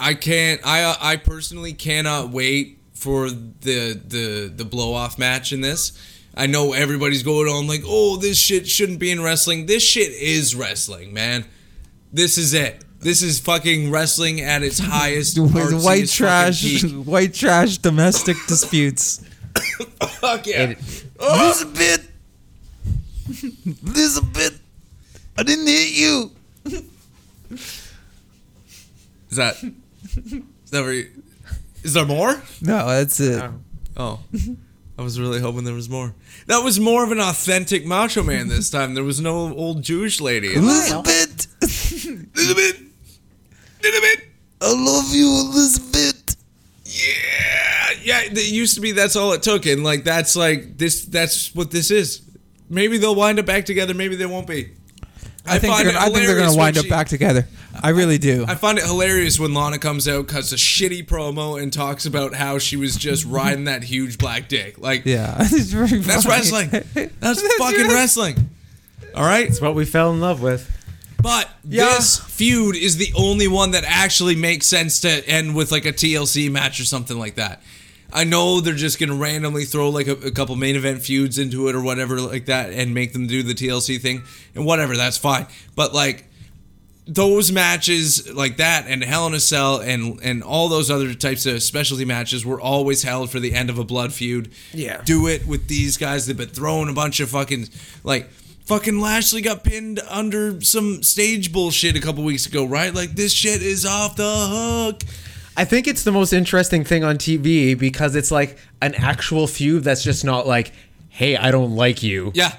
I can't I uh, I personally cannot wait for the the the blow off match in this. I know everybody's going on like, "Oh, this shit shouldn't be in wrestling." This shit is wrestling, man. This is it. This is fucking wrestling at its highest.
With
artsiest fucking
white trash,
peak.
white trash domestic disputes.
Fuck yeah. Oh,
Elizabeth, Elizabeth, I didn't hit you.
Is that Is that where you, Is there more?
No, that's it.
Oh. I was really hoping there was more. That was more of an authentic Macho Man this time. There was no old Jewish lady.
Elizabeth,
Elizabeth! Elizabeth!
I love you, Elizabeth.
Yeah! Yeah, it used to be that's all it took. And, like, that's like, this, that's what this is. Maybe they'll wind up back together. Maybe they won't be.
I, think
find
they're gonna,
it
I think they're
hilarious
gonna
when
wind up
she-
back together. I really do.
I find it hilarious when Lana comes out, cuts a shitty promo, and talks about how she was just riding that huge black dick. Like,
yeah, It's very
that's
funny.
wrestling. That's, fucking wrestling. All right?
It's what we fell in love with.
But this feud is the only one that actually makes sense to end with like a TLC match or something like that. I know they're just gonna randomly throw like a, a couple main event feuds into it or whatever like that and make them do the TLC thing and whatever. That's fine. But like those matches like that and Hell in a Cell and and all those other types of specialty matches were always held for the end of a blood feud.
Yeah.
Do it with these guys. They've been throwing a bunch of fucking like fucking Lashley got pinned under some stage bullshit a couple weeks ago, right? Like this shit is off the hook.
I think it's the most interesting thing on TV because it's like an actual feud that's just not like, hey, I don't like you.
Yeah.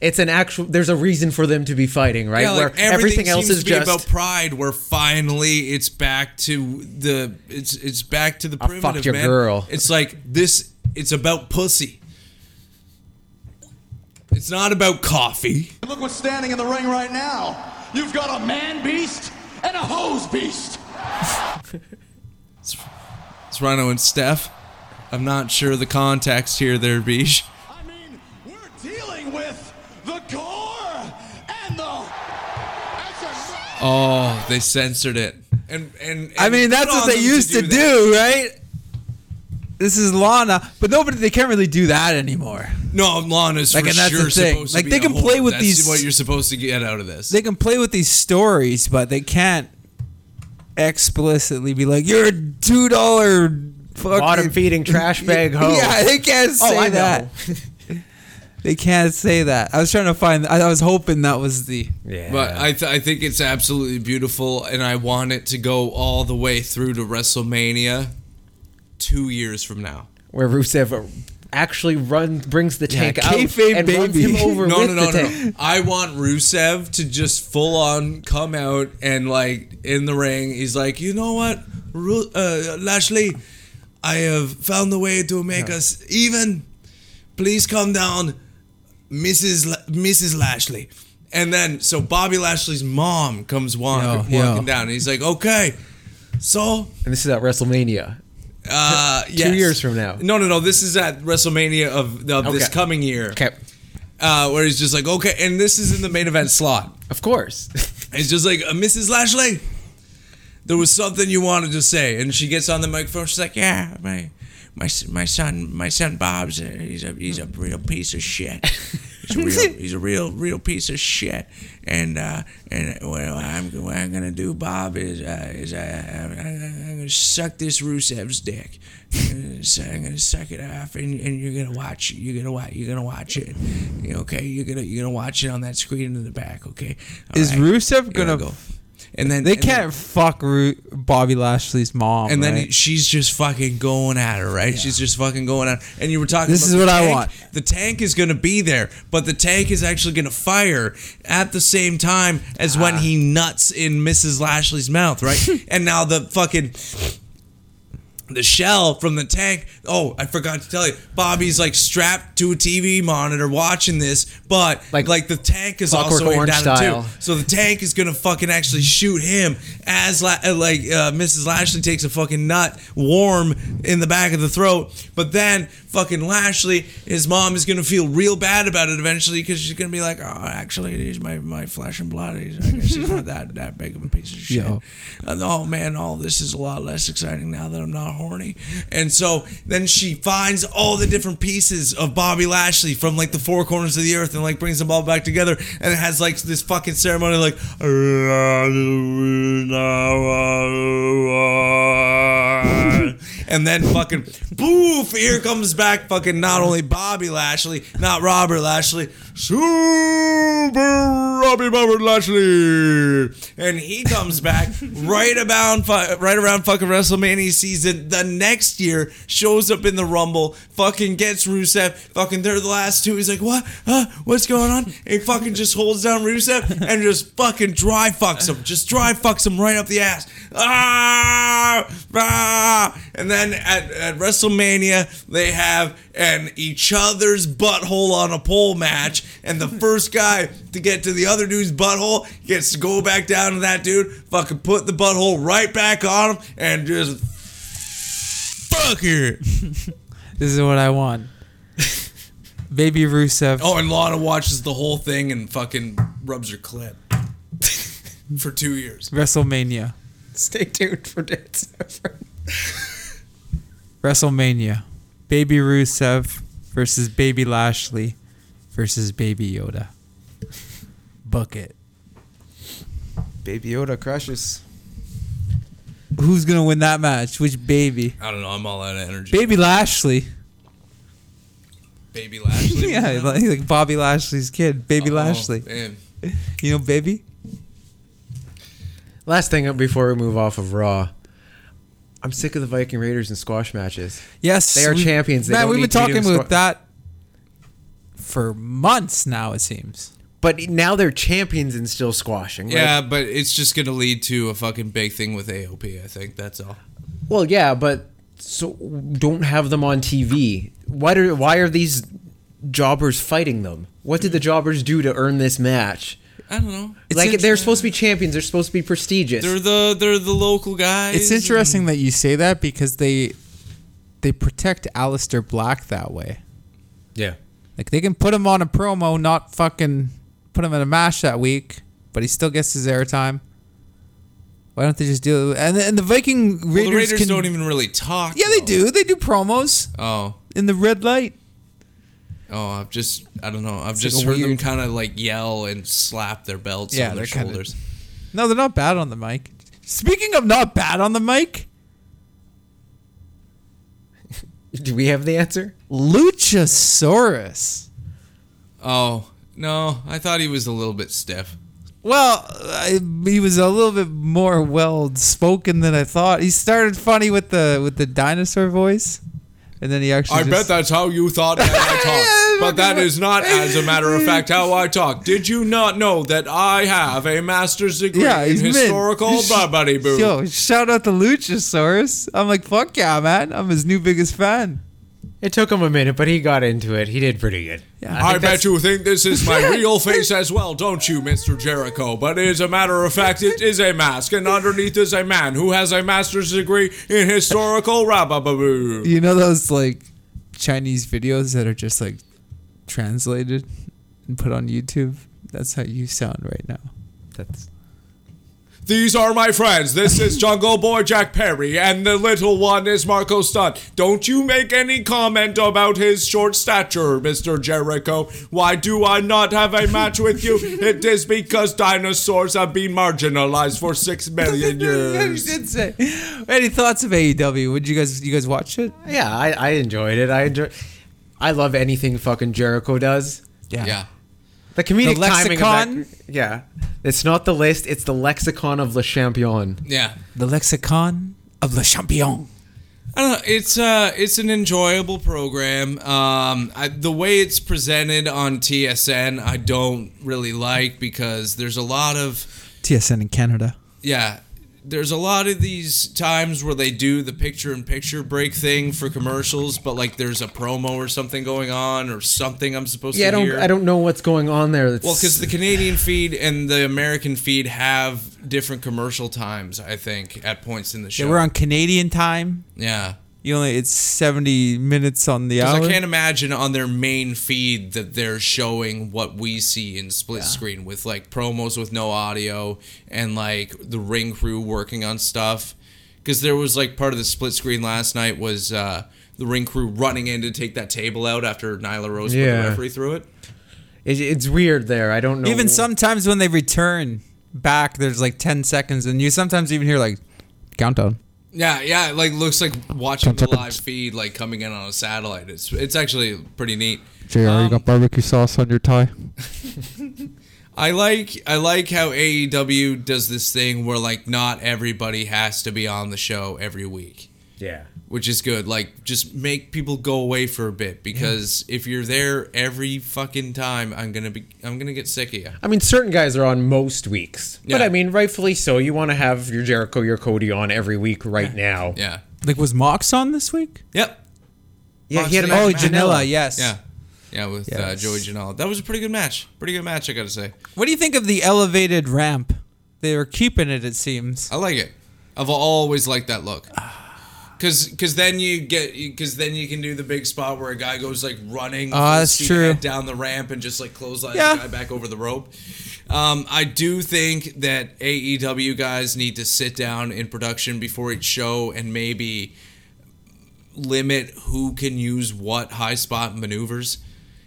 it's an actual. There's a reason for them to be fighting, right?
Yeah, like
Where
everything,
else
seems to
is
be
just
about pride. Where finally it's back to the it's it's back to the
I
primitive
fucked your
man.
girl.
It's like this. It's about pussy. It's not about coffee.
And Look what's standing in the ring right now. You've got a man beast and a hose beast.
It's Rhino and Steph. I'm not sure the context here. There, Beach.
I mean, we're dealing with the core and the.
Oh, they censored it. And and,
I
and
mean,
good
that's
on
what they
them
used to do,
that.
right? This is Lana, but nobody they can't really do that anymore.
No, Lana's
Like,
for
and that's the
sure
thing.
supposed to
Like,
be
they
the
can
whore.
play with
That's
these-
What you're supposed to get out of this?
They can play with these stories, but they can't explicitly be like, "You're a two dollar fucking
bottom feeding trash bag hoe.
Yeah, they can't
Oh,
say
I know.
that. they can't say that. I was trying to find. I, I was hoping that was the.
Yeah.
But uh, I, th- I think it's absolutely beautiful, and I want it to go all the way through to WrestleMania two years from now.
where Rusev actually run brings the tank out and
kayfabe
runs
baby.
him over
No,
with
no, no,
the
no,
tank.
no. I want Rusev to just full on come out and, like, in the ring, he's like, you know what, Ru- uh, Lashley, I have found a way to make us even. Please come down, Mrs. La- Mrs. Lashley. And then, so Bobby Lashley's mom comes walk-
Yo,
walking
yo.
down, and he's like, okay, so
And this is at WrestleMania.
Uh, yes.
years from now.
No, no, no. This is at WrestleMania of, of this
Okay.
coming year.
Okay,
Uh, where he's just like, okay, and this is in the main event slot.
of course.
It's just like, uh, Mrs. Lashley, there was something you wanted to say, and she gets on the microphone. She's like, yeah, my, my, s- my son, my son Bob's, a, he's a, he's a real piece of shit. He's a real, he's a real, real piece of shit. And uh, and well, I'm, what I'm gonna do, Bob, is uh, is I, I, I, I'm gonna suck this Rusev's dick. so I'm gonna suck it off, and, and you're gonna watch, you're gonna watch, you're gonna watch it. Okay, you're gonna you're gonna watch it on that screen in the back. Okay, All
Is Rusev
Here I
gonna-
go? And then
They
and then-
can't fuck Ru- Bobby Lashley's mom.
and then
right?
she's just fucking going at her, right? She's just fucking going at her. And you were talking.
This
about
is
the
what I
tank.
want.
The tank is going to be there, but the tank is actually going to fire at the same time as
Ah.
when he nuts in Mrs. Lashley's mouth, right? and now the fucking the shell from the tank. Oh, I forgot to tell you, Bobby's like strapped to a TV monitor watching this, but like,
Like
like the tank is
Clockwork
also aimed
Orange
at him
style.
too. So the tank is gonna fucking actually shoot him as la- uh, like uh, Mrs. Lashley takes a fucking nut warm in the back of the throat. But then fucking Lashley, his mom is gonna feel real bad about it eventually because she's gonna be like, oh, actually, he's my my flesh and blood. He's, I guess he's not that that big of a piece of shit.
Yeah.
And, oh man, all this is a lot less exciting now that I'm not horny. And so then she finds all the different pieces of Bobby Lashley from like the four corners of the earth and like brings them all back together and it has like this fucking ceremony like and then fucking boof here comes back fucking not only Bobby Lashley, not Robert Lashley, Super Robbie Robert Lashley, and he comes back right about fu- right around fucking WrestleMania season the next year. Shows up in the Rumble, fucking gets Rusev, fucking they're the last two. He's like, what? Huh? What's going on? And fucking just holds down Rusev and just fucking dry fucks him, just dry fucks him right up the ass. Ah, ah. And then at, at WrestleMania, they have an each other's butthole on a pole match. And the first guy to get to the other dude's butthole gets to go back down to that dude, fucking put the butthole right back on him, and just fuck it.
this is what I want. Baby Rusev.
Oh, and Lana watches the whole thing and fucking rubs her clit for two years.
WrestleMania.
Stay tuned for dance.
WrestleMania. Baby Rusev versus Baby Lashley versus Baby Yoda. Book it.
Baby Yoda crushes.
Who's gonna win that match? Which baby?
I don't know. I'm all out of energy.
Baby Lashley.
Baby Lashley.
Yeah, like, like Bobby Lashley's kid. Baby
Oh,
Lashley.
man.
You know, baby.
Last thing before we move off of Raw. I'm sick of the Viking Raiders and squash matches.
Yes,
They are champions. They
man,
don't
we've been
need to be
talking
doing
about
squat-
that for months now. It seems.
But now they're champions in still squashing. right?
Yeah, but it's just gonna lead to a fucking big thing with AOP. I think that's all.
Well, yeah, but so don't have them on TV. Why do why are these jobbers fighting them? What did the jobbers do to earn this match?
I don't know.
like they're supposed to be champions. They're supposed to be prestigious.
They're the they're the local guys.
It's interesting that you say that because they they protect Alistair Black that way.
yeah.
Like they can put him on a promo, not fucking put him in a match that week, but he still gets his airtime. Why don't they just do it? And, and the Viking Raiders,
Well, the Raiders
can-
don't even really talk.
Yeah, they
though.
do. They do promos
Oh,
in the red light.
oh, I've just I don't know. I've
like
just
a
heard them
weird-
kind of like yell and slap their belts
Yeah,
on their
they're kinda-
shoulders.
No, they're not bad on the mic. Speaking of not bad on the mic,
Do we have the answer?
Luchasaurus.
Oh no, I thought he was a little bit stiff.
Well, I, he was a little bit more well spoken than I thought. He started funny with the with the dinosaur voice, and then he actually. just-
that's how you thought that I talk, but that is not, as a matter of fact, how I talk. Did you not know that I have a master's degree
Yeah, he's mid. He's-
buddy
Yo, shout out to Luchasaurus. I'm like, fuck yeah, man. I'm his new biggest fan.
It took him a minute, but he got into it. He did pretty good.
Yeah.
I, bet you think this is my real face as well, don't you, Mr. Jericho? But as a matter of fact, it is a mask, and underneath is a man who has a master's degree in historical rabababoo.
You know those like Chinese videos that are just like translated and put on YouTube? That's how you sound right now.
That's
These are my friends. This is Jungle Boy Jack Perry, and the little one is Marco Stunt. Don't you make any comment about his short stature, Mr. Jericho. Why do I not have a match with you? It is because dinosaurs have been marginalized for six million years.
you did say. Any thoughts of AEW? Would you guys you guys watch it?
yeah. I, I enjoyed it. I enjoy. I love anything fucking Jericho does.
Yeah.
The comedic
The
timing
lexicon?
of that. Yeah, it's not the list. It's the lexicon of Le Champion.
Yeah.
The lexicon of Le Champion.
I don't know. It's uh, it's an enjoyable program. Um, I, the way it's presented on TSN, I don't really like because there's a lot of
TSN in Canada.
yeah, there's a lot of these times where they do the picture-in-picture break thing for commercials, but like there's a promo or something going on or something I'm supposed
Yeah, I
to
don't.
hear.
I don't know what's going on there. That's,
Well, because the Canadian feed and the American feed have different commercial times, I think, at points in the show.
Yeah, we're on Canadian time.
yeah.
You only it's seventy minutes on the hour.
Because I can't imagine on their main feed that they're showing what we see in split screen with like promos with no audio and like the ring crew working on stuff. Because there was like part of the split screen last night was uh, the ring crew running in to take that table out after Nyla Rose put
Yeah.
the referee through it.
It, it's weird there. I don't know.
Even sometimes when they return back, there's like 10 seconds, and you sometimes even hear like countdown.
Yeah, yeah, it, like looks like watching the live feed like coming in on a satellite. It's it's actually pretty neat.
JR, you got barbecue sauce on your tie?
I like I like how AEW does this thing where like not everybody has to be on the show every week,
Yeah.
which is good. Like just make people go away for a bit because if you're there every fucking time, I'm going to be I'm going to get sick of you.
I mean, certain guys are on most weeks,
Yeah.
but I mean, rightfully so. You want to have your Jericho, your Cody on every week right now.
Yeah.
Like, was Mox on this week?
Yep.
yeah. He had a
Oh,
match.
Janela, yes.
Yeah. Yeah, with uh,
Yes.
Joey Janela. That was a pretty good match. Pretty good match, I got to say.
What do you think of the elevated ramp? They were keeping it, it seems.
I like it. I've always liked that look. Cause, cause then you get, cause then you can do the big spot where a guy goes like running,
Ah,
full
that's
speed
true.
ahead down the ramp and just like clotheslines
Yeah.
the guy back over the rope. Um, I do think that AEW guys need to sit down in production before each show and maybe limit who can use what high spot maneuvers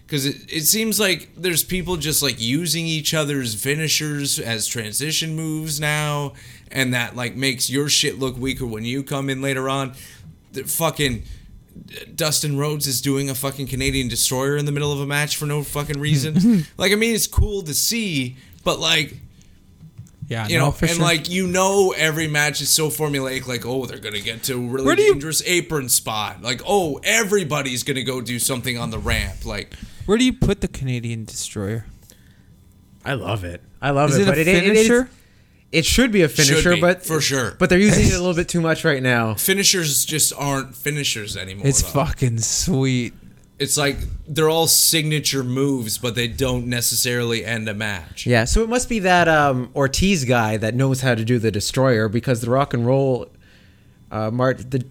because it, it seems like there's people just like using each other's finishers as transition moves now and that like makes your shit look weaker when you come in later on the fucking Dustin Rhodes is doing a fucking Canadian destroyer in the middle of a match for no fucking
Hmm.
reason. like I mean it's cool to see, but like
Yeah,
you know, and like you know, every match is so formulaic. Like, oh, they're gonna get to a really
Where do you-
dangerous apron spot. Like, oh, everybody's gonna go do something on the ramp. Like,
Where do you put the Canadian Destroyer?
I love it. I love
Is
it.
it a
but It,
finisher?
it, it should be a finisher,
be,
but
for sure.
But they're using it a little bit too much right now.
Finishers just aren't finishers anymore.
It's
though.
fucking sweet.
It's like they're all signature moves, but they don't necessarily end a match.
Yeah, so it must be that um, Ortiz guy that knows how to do the destroyer because the rock and roll, uh, Mart the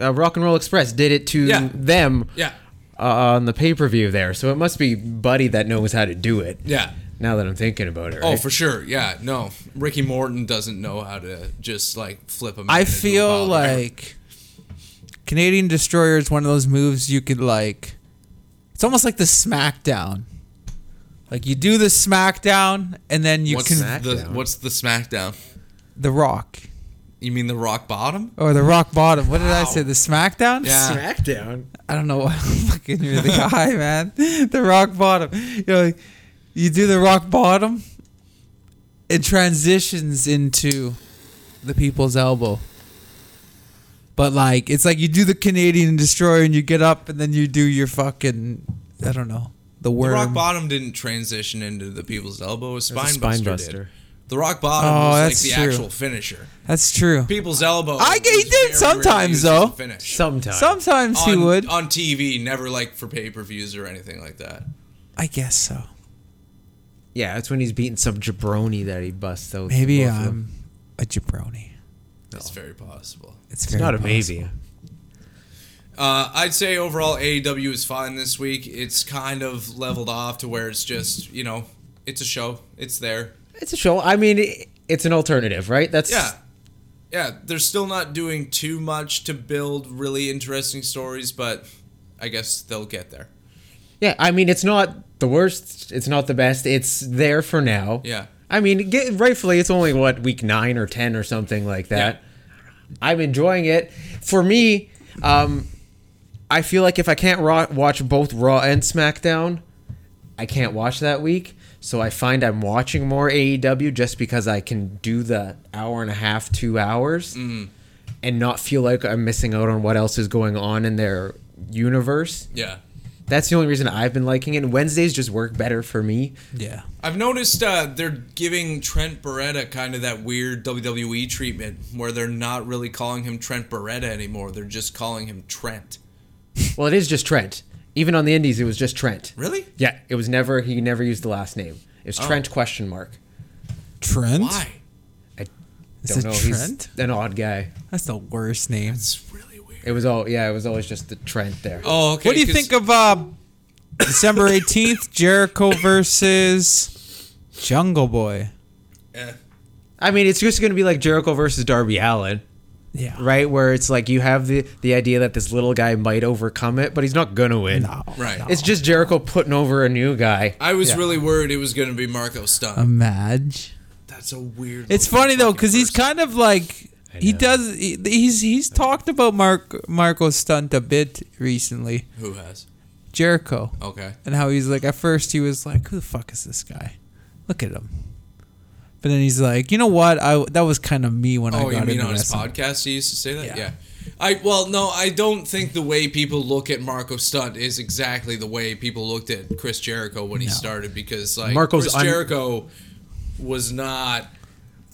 uh, Rock and Roll Express did it to
Yeah.
them
Yeah.
uh, on the pay per view there. So it must be Buddy that knows how to do it.
Yeah.
Now that I'm thinking about it,
Oh,
right?
for sure. Yeah. No, Ricky Morton doesn't know how to just like flip a. man
I
into a
feel
ball of air.
like Canadian Destroyer is one of those moves you could like. It's almost like the SmackDown. Like you do the SmackDown and then you
what's
can
the
Smackdown.
what's the SmackDown?
the Rock
You mean the Rock Bottom?
or the Rock Bottom. What did I say? The SmackDown.
Yeah.
SmackDown.
I don't know why I'm fucking you're the guy, man. The rock bottom. You know, like, you do the rock bottom, it transitions into the people's elbow. But like it's like you do the Canadian destroyer and you get up and then you do your fucking I don't know. The
The
worm.
Rock Bottom didn't transition into the people's elbow. A spine,
spine
buster,
buster.
did. The Rock Bottom
Oh,
was like
that's
the
true.
actual finisher.
That's true.
People's elbow.
I get- he
was
did
very rarely
sometimes,
used
though.
as a Finish.
Sometimes.
Sometimes he
On-
would.
on TV, never like for pay per views or anything like that.
I guess so.
Yeah, that's when he's beating some jabroni that he busts out.
Maybe uh,
both of them.
I'm a jabroni.
It's very possible.
It's,
It's
very
not a
possible.
maybe.
Uh, I'd say overall AEW is fine this week. It's kind of leveled off to where it's just you know it's a show. It's there.
It's a show. I mean, it, it's an alternative, right? That's
Yeah. Yeah, they're still not doing too much to build really interesting stories, but I guess they'll get there.
Yeah, I mean, it's not the worst. It's not the best. It's there for now.
Yeah.
I mean, get, rightfully, it's only what week nine or ten or something like that. I'm enjoying it. For me, um, I feel like if I can't raw, watch both Raw and SmackDown, I can't watch that week. So I find I'm watching more AEW just because I can do the hour and a half, two hours, and not feel like I'm missing out on what else is going on in their universe.
Yeah.
That's the only reason I've been liking it. And Wednesdays just work better for me.
Yeah.
I've noticed uh, they're giving Trent Beretta kind of that weird WWE treatment where they're not really calling him Trent Beretta anymore. They're just calling him Trent.
Well, it is just Trent. Even on the Indies, it was just Trent.
Really?
Yeah, it was never. He never used the last name. It's Trent question mark.
Trent?
Why?
Is
Don't
it
know.
Trent?
He's an odd guy.
That's the worst name.
It's really weird.
It was all. Yeah, it was always just the Trent there.
Oh, okay.
What do you
'cause-
think of uh, December 18th, Jericho versus Jungle Boy?
Eh.
I mean, it's just going to be like Jericho versus Darby Allen,
Yeah.
right? Where it's like you have the the idea that this little guy might overcome it, but he's not gonna win.
No.
Right.
no.
It's just Jericho putting over a new guy.
I was
Yeah.
really worried it was going to be Marco Stunt.
Imagine.
That's a weird.
It's
looking
funny though
fucking
because he's
person.
kind of like he
know.
does. he- He's he's talked about Mark Marco stunt a bit recently.
Who has?
Jericho
Okay.
and how he's like at first he was like who the fuck is this guy? Look at him. But then he's like, you know what? I that was kind of me when I
Oh,
got
you mean
into
on his
wrestling."
podcast he used to say that?
Yeah.
Yeah. I well, no, I don't think the way people look at Marco Stunt is exactly the way people looked at Chris Jericho when he
No.
started because like
Marco's
Chris
un-
Jericho was not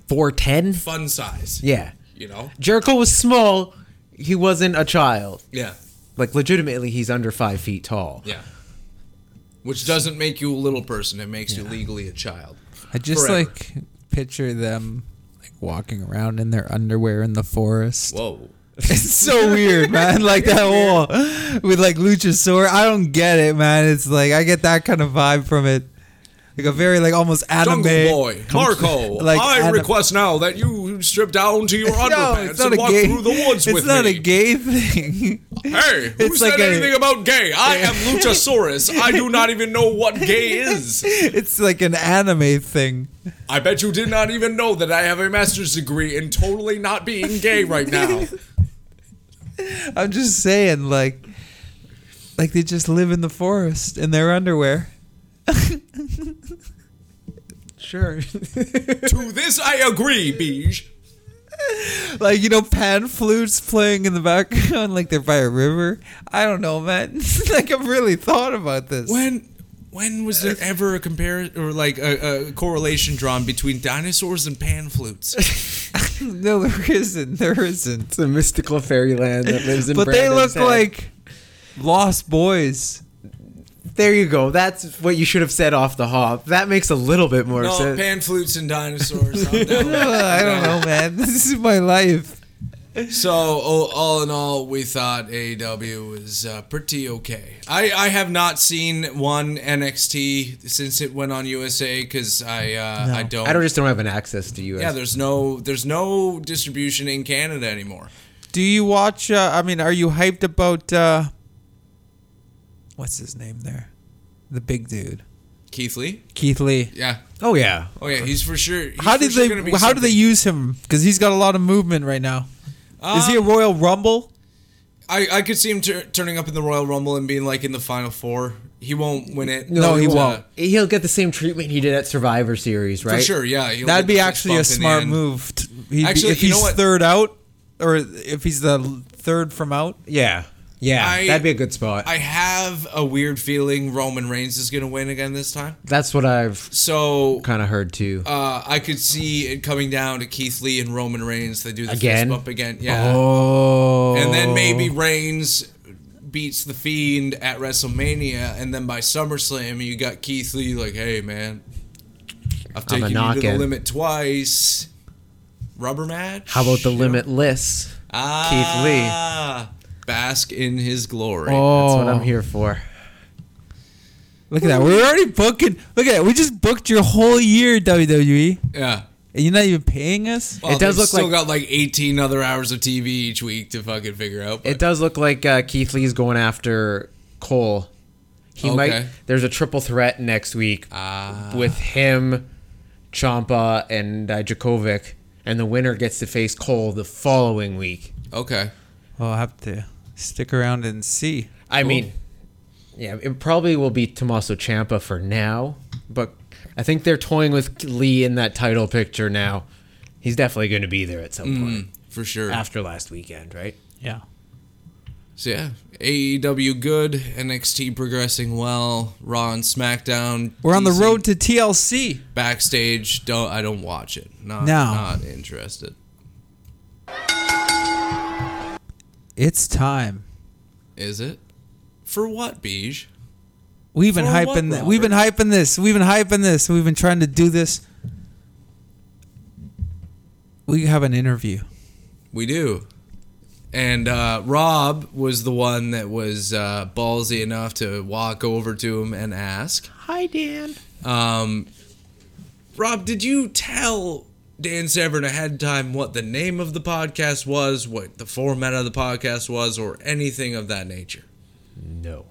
Four ten.
fun size.
Yeah,
You know?
Jericho was small. He wasn't a child.
Yeah.
Like legitimately, he's under five feet tall.
Yeah. Which doesn't make you a little person, it makes you legally a child.
I just
Forever.
like picture them like walking around in their underwear in the forest.
Whoa.
It's so weird, man. Like that whole with like Luchasaur. I don't get it, man. It's like I get that kind of vibe from it. Like a very like almost anime.
Jungle Boy, Marco,
like
I
anime-
request now that you strip down to your underpants and walk through the woods
it's
with
not
me.
a gay thing.
Hey, who
It's
said
like a-
anything about gay? I am Luchasaurus. I do not even know what gay is.
it's like an anime thing.
I bet you did not even know that I have a master's degree in totally not being gay right now.
I'm just saying, like, like they just live in the forest in their underwear.
Sure.
to this, I agree, Beige.
like you know pan flutes playing in the background like they're by a river i don't know man like i've really thought about this
When when was there ever a compare or like a, a correlation drawn between dinosaurs and pan flutes?
no there isn't there isn't
It's a mystical fairyland that lives in.
but they look
Brandon's head.
like lost boys
There you go. That's what you should have said off the hop. That makes a little bit more
No,
sense.
pan flutes and dinosaurs. I'm down.
i don't know man this is my life
So all, all in all, we thought AEW was uh, pretty okay. I, I have not seen one NXT since it went on USA because I uh, I don't.
I don't just don't have an access to you.
yeah, there's no there's no distribution in Canada anymore.
do you watch uh, i mean are you hyped about uh what's his name there the big dude
Keith Lee.
keith lee
Yeah.
oh yeah.
Oh yeah, he's for sure. he's
how
for
did
sure
they
gonna be
how do they
something.
use him because he's got a lot of movement right now is
Um,
he a royal rumble
I, I could see him tur turning up in the Royal Rumble and being like in the final four. He won't win it.
No, he
But, uh,
won't.
He'll get the same treatment he did at Survivor Series,
For
right?
sure, yeah. he'll
That'd be
get the
actually a
fist bump in the
smart
end.
move. T- He'd be-
Actually,
if
you know
he's
what?
third out, or if he's the l- third from out,
Yeah. Yeah.
I-
that'd be a good spot.
I have a weird feeling Roman Reigns is going to win again this time.
That's what I've
So
kind of heard too.
uh, I could see it coming down to Keith Lee and Roman Reigns. They do the fist
Again?
bump again, yeah.
oh.
And then maybe Reigns beats the Fiend at WrestleMania, and then by SummerSlam you got Keith Lee like, "Hey man, I've
I'm a
taken you to the
knockin'."
limit twice." Rubber match.
How about the limitless? Keith Lee.
Ah, bask in his glory.
That's
oh,
what I'm here for.
look at that. We're already booking. Look at that. We just booked your whole year WWE,
Yeah.
and you're not even paying us.
Well,
It does
they've
look
still
like-
got like 18 other hours of TV each week to fucking figure out. but-
It does look like uh, Keith Lee's going after Cole. He might.
Okay.
There's a triple threat next week with him, Champa, and uh, Djokovic, and the winner gets to face Cole the following week.
okay.
Well, I'll have to stick around and see.
I mean, yeah, it probably will be Tommaso Champa for now, but I think they're toying with Lee in that title picture now. He's definitely going to be there at some point
For sure.
after last weekend, right?
Yeah.
So yeah, AEW good, NXT progressing well, Raw and SmackDown.
We're on the
decent.
road to TLC.
backstage. Don't I don't watch it. Not
No.
not interested.
It's time.
Is it? For what, Beige?
We've been
For
hyping.
what,
th- we've been hyping this. We've been hyping this. We've been trying to do this. We have an interview.
We do. And uh, Rob was the one that was uh, ballsy enough to walk over to him and ask.
Hi, Dan.
Rob, did you tell Dan Severn ahead of time what the name of the podcast was, what the format of the podcast was, or anything of that nature?
No.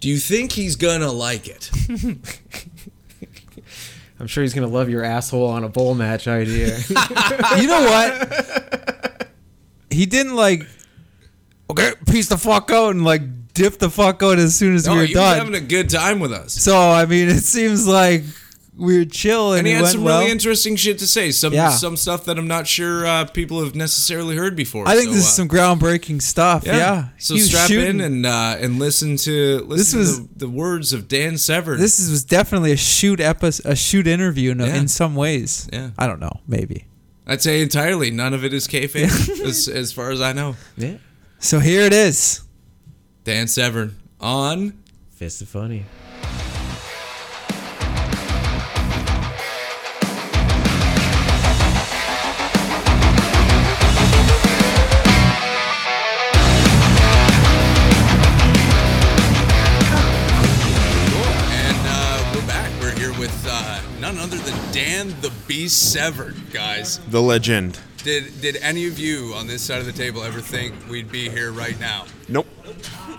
Do you think he's gonna like it?
I'm sure he's going to love your asshole on a bowl match idea.
You know what? he didn't like. Okay, peace the fuck out and like dip the fuck out as soon as
No,
we were
he was
done.
having a good time with us.
so I mean, it seems like we were chill and,
And he
it
had
went
some
well.
really interesting shit to say. Some
Yeah.
some stuff that I'm not sure uh, people have necessarily heard before.
I think
So,
this
uh,
is some groundbreaking stuff. Yeah.
So
He was
strap
shooting.
in and uh, and listen to listen
This
to
was-
the, the words of Dan Severn.
this is, was definitely a shoot episode, a shoot interview in,
Yeah.
in some ways.
Yeah.
I don't know, maybe.
I'd say entirely none of it is kayfabe, as, as far as I know.
yeah.
So here it is.
Dan Severn on
Fist of funny.
And uh, we're back. We're here with uh, none other than Dan the Beast Severed, guys.
The legend.
Did did any of you on this side of the table ever think we'd be here right now
Nope.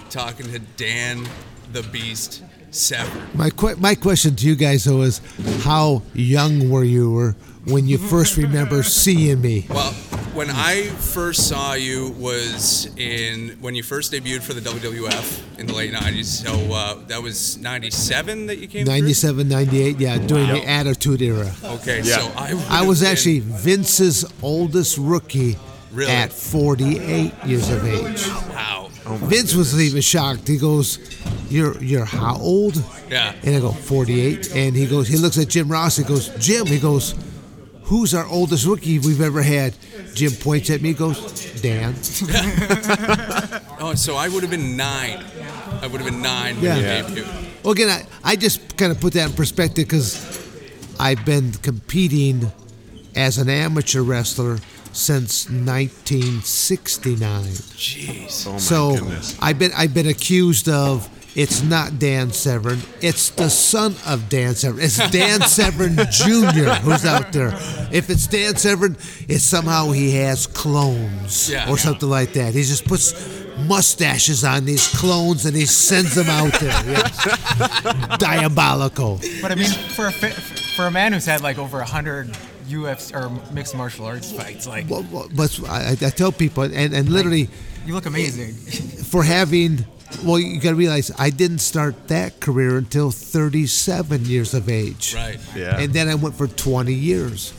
talking to Dan the Beast Severed?
My que- my question to you guys though is, how young were you or when you first remember seeing me?
Well,
when I first saw you was in when you first debuted for the WWF in the late '90s. So uh, that was '97 that you came. through?
97, 98, yeah, during the Attitude Era.
Okay,
Yeah.
so I. would
I
have
was
been-
actually Vince's oldest rookie
Really?
at 48 years of age.
Wow.
Vince was even shocked. He goes, "You're you're how old?"
Yeah.
And I go, "48." And he goes, he looks at Jim Ross. He goes, "Jim." He goes, "Who's our oldest rookie we've ever had?" Jim points at me. He goes, "Dan."
Oh, so I would have been nine. I would have been nine when
Yeah.
you
Yeah.
debuted.
Well, again, I, I just kind of put that in perspective because I've been competing as an amateur wrestler since 1969.
Jeez.
Oh my
so
goodness.
I've been I've been accused of it's not Dan Severn, it's the son of Dan Severn. It's Dan Severn Jr. who's out there. If it's Dan Severn, it's somehow he has clones
Yeah.
or something like that. He just puts mustaches on these clones and he sends them out there. yes. Diabolical.
But I mean, for a fi- for a man who's had like over hundred UFC or mixed martial arts fights, like
Well, well, But I, I tell people, and, and literally.
you look amazing.
for having well you got to realize i didn't start that career until 37 years of age
Right.
Yeah.
and then i went for 20 years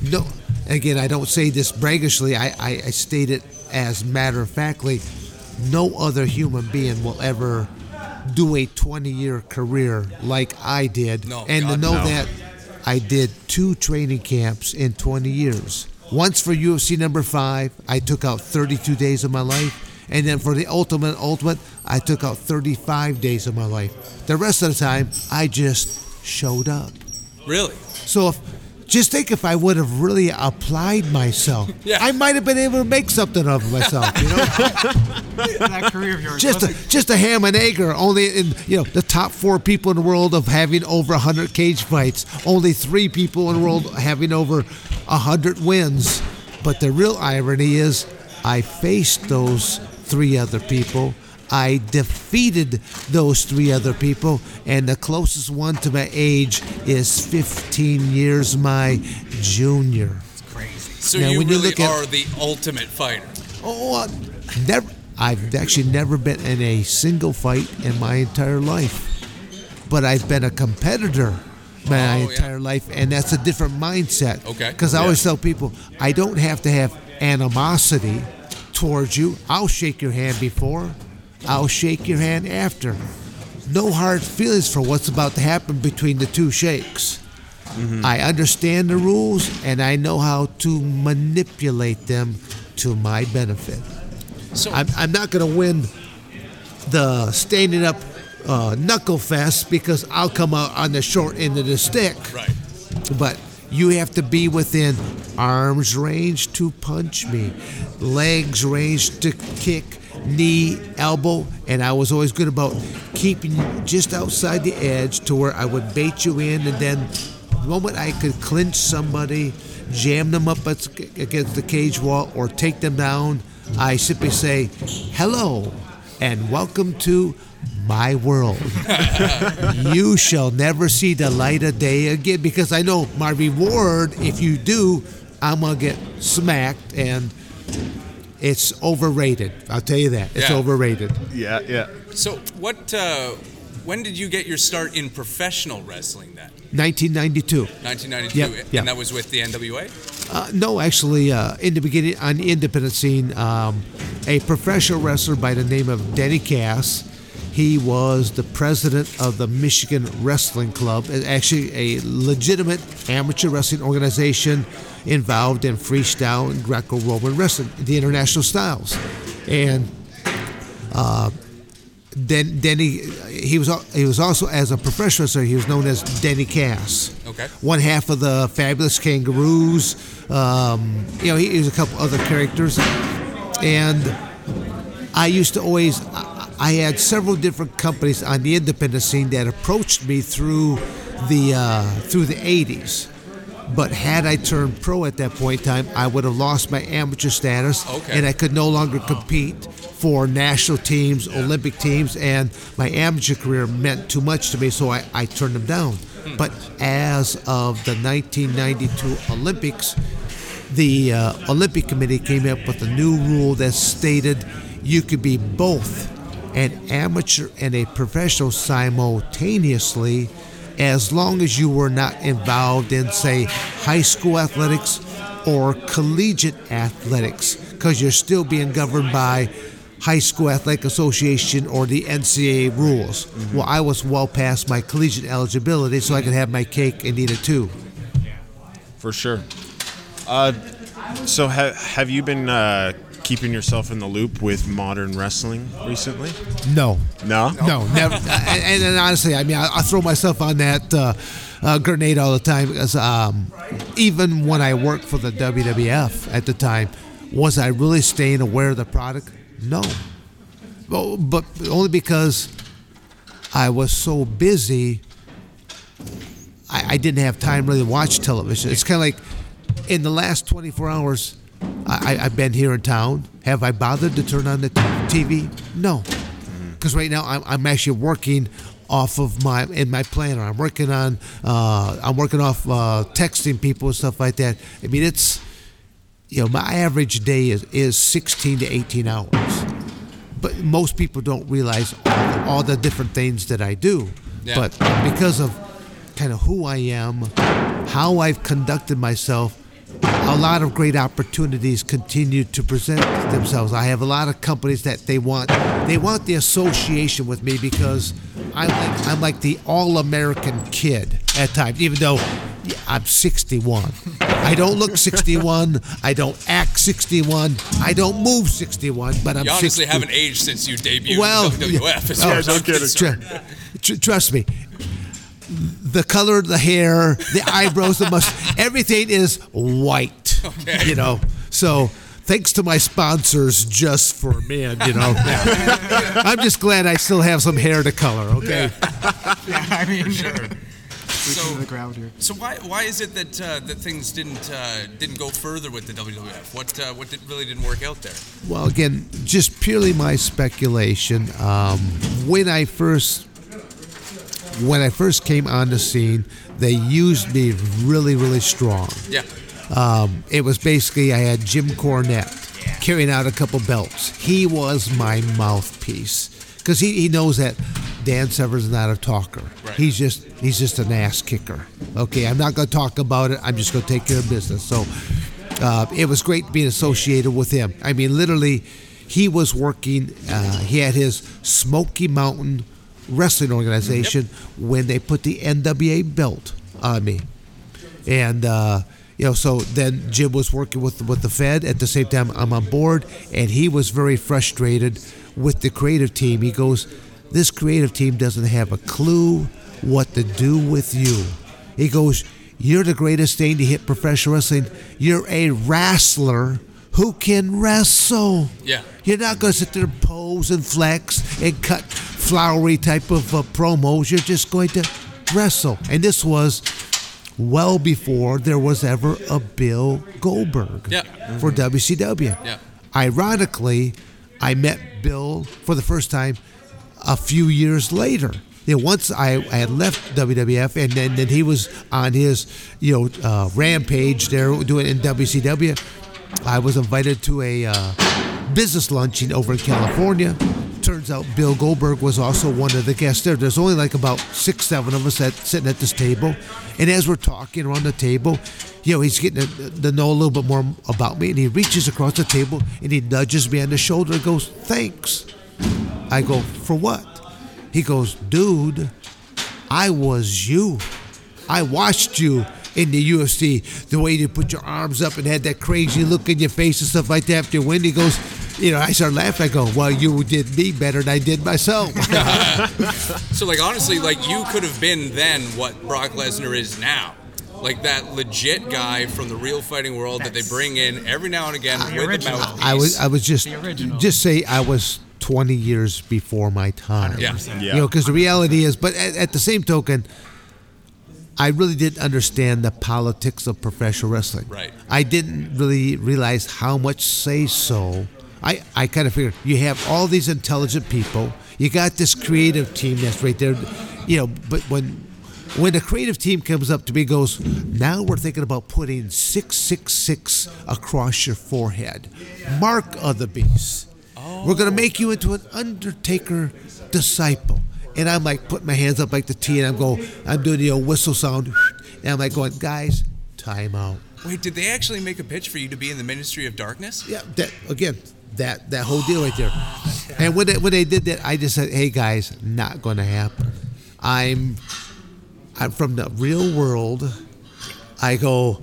no again i don't say this braggishly i, I, I state it as matter of factly no other human being will ever do a 20 year career like i did
No,
and to
God,
know
no.
that i did two training camps in 20 years once for ufc number five i took out 32 days of my life and then for the ultimate ultimate i took out 35 days of my life the rest of the time i just showed up
Really?
so if, just think if I would have really applied myself,
Yeah.
I might have been able to make something of myself. You know,
that career of yours.
just
wasn't-
a, just a ham and egger. Only in you know the top four people in the world of having over hundred cage fights. Only three people in the world having over hundred wins. But the real irony is, I faced those three other people. I defeated those three other people, and the closest one to my age is 15 years my junior.
So
Now,
you
when you
really
look at-
are the ultimate fighter.
Oh, uh, never. I've actually never been in a single fight in my entire life, but I've been a competitor my
Oh, yeah.
entire life, and that's a different mindset.
Okay.
Because I always tell people, I don't have to have animosity towards you. I'll shake your hand before, I'll shake your hand after. No hard feelings for what's about to happen between the two shakes.
Mm-hmm.
I understand the rules and I know how to manipulate them to my benefit.
So
I'm, I'm not going to win the standing up uh, knuckle fest because I'll come out on the short end of the stick.
right.
But you have to be within arms range to punch me, legs range to kick, knee, elbow, and I was always good about keeping you just outside the edge to where I would bait you in, and then the moment I could clinch somebody, jam them up at- against the cage wall, or take them down, I simply say, "Hello." And welcome to my world you shall never see the light of day again because I know my reward, if you do, I'm going to get smacked and it's overrated. I'll tell you that. It's
Yeah.
overrated.
yeah, yeah.
So what? Uh, when did you get your start in professional wrestling? Then
1992.
1992,
Yep, yeah.
and that was with the NWA.
Uh, no, actually, uh, in the beginning, on the independent scene, um, a professional wrestler by the name of Denny Cass. He was the president of the Michigan Wrestling Club, and actually a legitimate amateur wrestling organization involved in freestyle and Greco-Roman wrestling, the international styles. And Den, Denny, he was al- he was also as a professional wrestler, he was known as Denny Cass.
Okay.
One half of the Fabulous Kangaroos. Um, you know, he, he was a couple other characters, and I used to always. I, I had several different companies on the independent scene that approached me through the uh, through the '80s. But had I turned pro at that point in time, I would have lost my amateur status,
Okay.
and I could no longer compete for national teams, Olympic teams, and my amateur career meant too much to me, so I, I turned them down. But as of the 1992 Olympics, the uh, Olympic Committee came up with a new rule that stated you could be both an amateur and a professional simultaneously as long as you were not involved in, say, high school athletics or collegiate athletics, because you're still being governed by high school athletic association or the NCAA rules. Well, I was well past my collegiate eligibility, so I could have my cake and eat it too.
for sure. Uh, so ha- have you been uh, keeping yourself in the loop with modern wrestling recently?
No,
No.
No, never. and, and honestly, I mean, I, I throw myself on that uh, uh, grenade all the time because um, even when I worked for the WWF at the time, was I really staying aware of the product? No. Well, but only because I was so busy, I, I didn't have time really to watch television. It's kind of like in the last 24 hours, I, I, I've been here in town. Have I bothered to turn on the TV? No because right now I'm, I'm actually working off of my in my planner. I'm working on uh, I'm working off uh, texting people and stuff like that. I mean, it's you know my average day is, is 16 to 18 hours, but most people don't realize all the, all the different things that I do.
Yeah.
But because of kind of who I am, how I've conducted myself. A lot of great opportunities continue to present themselves. I have a lot of companies that they want they want the association with me because I'm like I'm like the all American kid at times, even though I'm 61. I don't look 61. I don't act 61. I don't move 61. But I'm
You honestly
60
haven't aged since you debuted
well,
in WWF. as
yeah. Oh,
far as
no
I'm
kidding.
concerned.
Tr- tr- trust me. The color of the hair, the eyebrows, the mustache, everything is white. You know, so thanks to my sponsors just for men. You know, I'm just glad I still have some hair to color. Okay.
Yeah, I mean, sure.
So-
the crowd here.
So why why is it that uh, that things didn't uh, didn't go further with the WWF? What uh, what did, really didn't work out there?
Well, again, just purely my speculation. Um, when I first when I first came on the scene, they used me really, really strong.
Yeah,
um, it was basically I had Jim Cornette carrying out a couple belts. He was my mouthpiece because he, he knows that Dan Severn's not a talker.
Right.
He's just he's just an ass kicker. Okay, I'm not going to talk about it. I'm just going to take care of business. So uh, it was great being associated with him. I mean, literally, he was working. Uh, he had his Smoky Mountain Wrestling Organization when they put the NWA belt on me and uh, you know, so then Jim was working with with the Fed at the same time. I'm on board, and he was very frustrated with the creative team. He goes, "This creative team doesn't have a clue what to do with you." He goes, "You're the greatest thing to hit professional wrestling. You're a wrestler who can wrestle."
Yeah.
You're not going to sit there and pose and flex and cut flowery type of uh, promos. You're just going to wrestle. And this was well before there was ever a Bill Goldberg
Yeah.
for WCW.
Yeah.
Ironically, I met Bill for the first time a few years later. You know, once I, I had left WWF, and then, then he was on his you know uh, rampage there doing in WCW. I was invited to a uh, business luncheon over in California. Turns out Bill Goldberg was also one of the guests there. There's only like about six, seven of us that sitting at this table, and as we're talking around the table, you know, he's getting to, to know a little bit more about me, and he reaches across the table and he nudges me on the shoulder and goes, "Thanks." I go, for what? He goes, dude, I was you. I watched you in the UFC. The way you put your arms up and had that crazy look in your face and stuff like that after you win. He goes, you know, I start laughing. I go, well, you did me better than I did myself.
So like honestly, like you could have been then what Brock Lesnar is now. Like that legit guy from the real fighting world that they bring in every now and again with
original.
the mouthpiece.
I was, I was just,
The original.
just say I was 20 years before my time.
Yeah.
Yeah.
You know, because the reality is, but at, at the same token, I really didn't understand the politics of professional wrestling.
Right.
I didn't really realize how much say so. I, I kind of figured you have all these intelligent people, you got this creative team that's right there, you know, but when When the creative team comes up to me and goes, now we're thinking about putting 666 across your forehead, mark of the beast. We're going to make you into an undertaker disciple. And I'm like putting my hands up like the T and I'm going, I'm doing the old whistle sound. And I'm like going, guys, time out.
Wait, did they actually make a pitch for you to be in the Ministry of Darkness?
Yeah, that again, that that whole deal right there. And when they, when they did that, I just said, "Hey guys, not going to happen. I'm I'm from the real world. I go.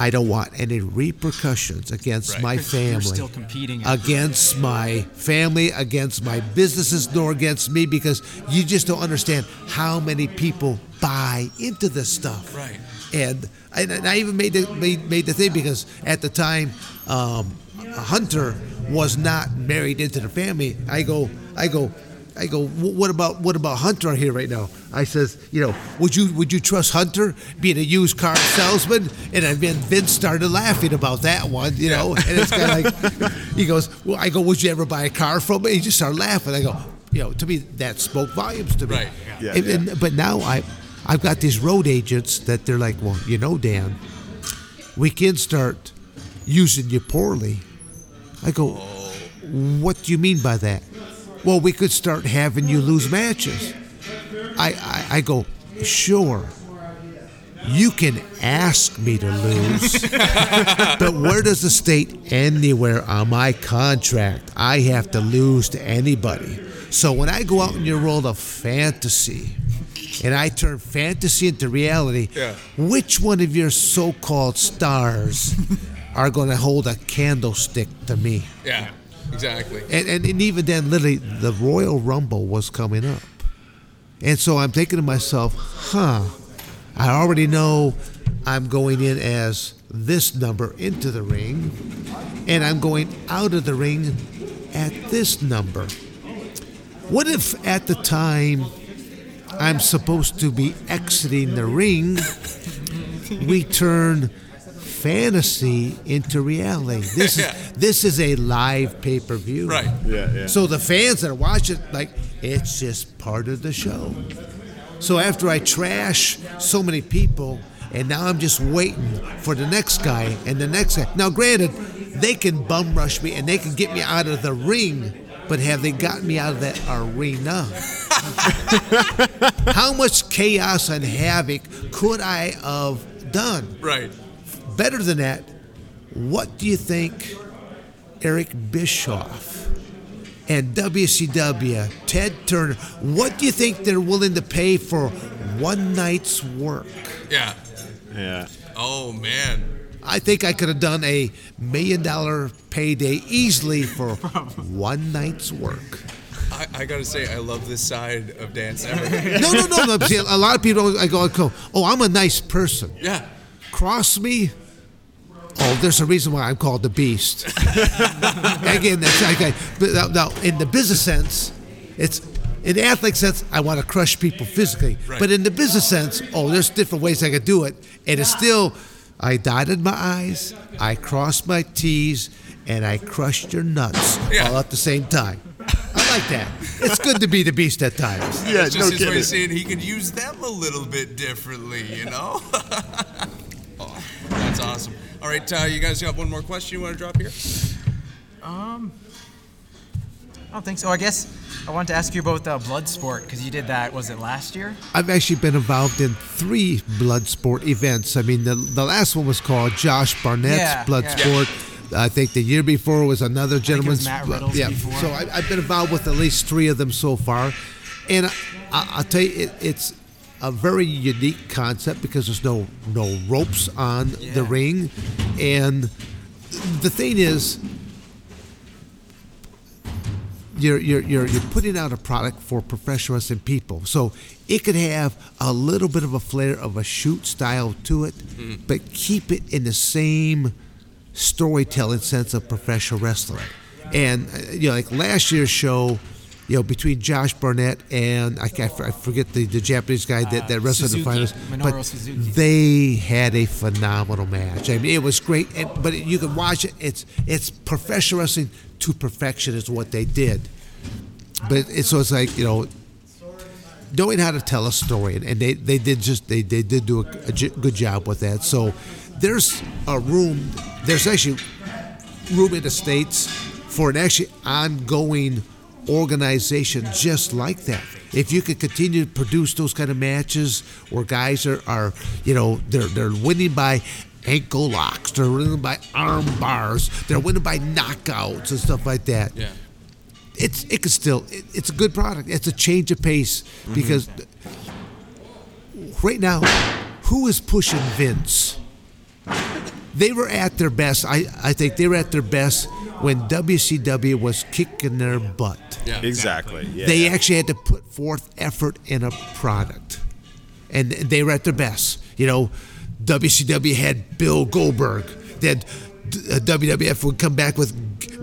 I don't want any repercussions against my family.
You're still competing.
against my family, against my businesses, nor against me because you just don't understand how many people buy into this stuff.
Right.
And and, and I even made the made, made the thing because at the time, um, Hunter was not married into the family. I go I go. I go. "Wh- What about what about Hunter out here right now? I says, you know, would you would you trust Hunter being a used car salesman? And then Vince started laughing about that one, you know. And it's kind of like he goes, well, I go, would you ever buy a car from me? He just started laughing. I go, you know, to me that spoke volumes to me.
Right,
yeah.
And-
Yeah,
and- but now I, I've got these road agents that they're like, well, you know, Dan, we can start using you poorly. I go, what do you mean by that? Well, we could start having you lose matches. I, I, I go, sure. You can ask me to lose, but where does the state anywhere on my contract I have to lose to anybody? So when I go out in your world of fantasy and I turn fantasy into reality,
Yeah.
which one of your so called stars are going to hold a candlestick to me?
Yeah, exactly.
and, and, and even then, literally, the Royal Rumble was coming up. And so I'm thinking to myself, huh, I already know I'm going in as this number into the ring, and I'm going out of the ring at this number. What if at the time I'm supposed to be exiting the ring, we turn fantasy into reality? This is, this is a live pay per view.
Right.
Yeah, yeah.
So the fans that are watching, like, it's just part of the show. So after I trash so many people, and now I'm just waiting for the next guy and the next guy. Now, granted, they can bum rush me and they can get me out of the ring, but have they gotten me out of that arena? How much chaos and havoc could I have done?
Right.
Better than that, what do you think Eric Bischoff and WCW, Ted Turner, what do you think they're willing to pay for one night's work?
Yeah.
yeah.
Oh man.
I think I could have done a million dollar payday easily for one night's work.
I, I gotta say, I love this side of Dan Severn.
No, no, no. no. See, a lot of people, I go, oh, I'm a nice person.
yeah.
cross me. Oh, there's a reason why I'm called the beast. Again, that's okay. But now, now, in the business sense, it's in the athletic sense, I want to crush people physically.
Right.
But in the business sense, oh, there's different ways I could do it. And it's still, I dotted my I's, I crossed my T's, and I crushed your nuts
Yeah.
all at the same time. I like that. It's good to be the beast at times.
Yeah,
It's just
no
his way
kidding.
of saying he could use them a little bit differently, you know? oh, that's awesome. All right, uh, you guys got one more question you want to drop here?
I don't think so. I guess I wanted to ask you about the blood sport because you did that. Was it last year?
I've actually been involved in three blood sport events. I mean, the, the last one was called Josh Barnett's
Yeah,
blood
yeah.
sport. I think the year before was another gentleman's.
Matt
blood-
Riddle's
yeah.
before.
So I, I've been involved with at least three of them so far, and I, I'll tell you, it, it's a very unique concept because there's no no ropes on the
Yeah.
ring, and the thing is, you're, you're, you're, you're putting out a product for professional wrestling people. So it could have a little bit of a flair of a shoot style to it, but keep it in the same storytelling sense of professional wrestling. And, uh, you know, like last year's show, you know, between Josh Barnett and I, can't, I forget the, the Japanese guy that, that wrestled in the
Uh, Suzuki,
finals,
Minoru
but
Suzuki.
they had a phenomenal match. I mean, it was great, and, but you can watch it. It's it's professional wrestling to perfection is what they did. But it's so it's like you know, knowing how to tell a story, and, and they, they did just they, they did do a, a j- good job with that. So there's a room. There's actually room in the states for an actually ongoing organization just like that. If you could continue to produce those kind of matches where guys are, are you know, they're they're winning by ankle locks, they're winning by arm bars, they're winning by knockouts and stuff like that.
Yeah.
It's it could still it, it's a good product. It's a change of pace because right now, who is pushing Vince? they were at their best. I, I think they were at their best when WCW was kicking their butt.
Yeah.
Exactly. Yeah.
They actually had to put forth effort in a product, and they were at their best. You know, WCW had Bill Goldberg. Then uh, WWF would come back with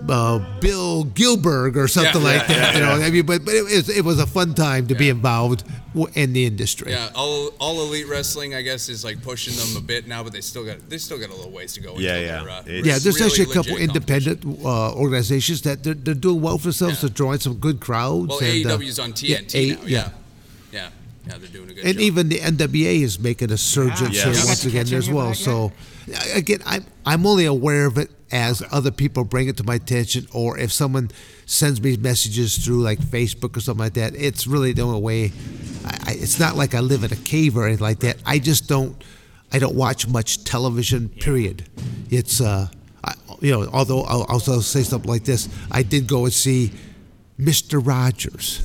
uh, Bill Gilberg or something
Yeah,
like that. you know, I mean, but but it was it was a fun time to be involved w- in the industry.
Yeah, all, all elite wrestling, I guess, is like pushing them a bit now, but they still got they still got a little ways to go.
Yeah,
until
yeah.
they're, uh,
It's-
Yeah, there's
really
actually a couple
legit
independent uh, organizations that they're, they're doing well for themselves. They're drawing some good crowds.
Well,
and, uh,
AEW's on TNT
A-
now. Yeah. yeah, yeah, they're doing a good
and
job.
even the NWA is making a surge in
Yeah.
here
Yes.
once
Catching
again as
it
well.
back
So, I- again, I'm I'm only aware of it as other people bring it to my attention, or if someone sends me messages through like Facebook or something like that. It's really the only way. I, I, it's not like I live in a cave or anything like that. I just don't. I don't watch much television. Period. It's uh, I, you know, although I'll, I'll also say something like this. I did go and see. Mr. Rogers,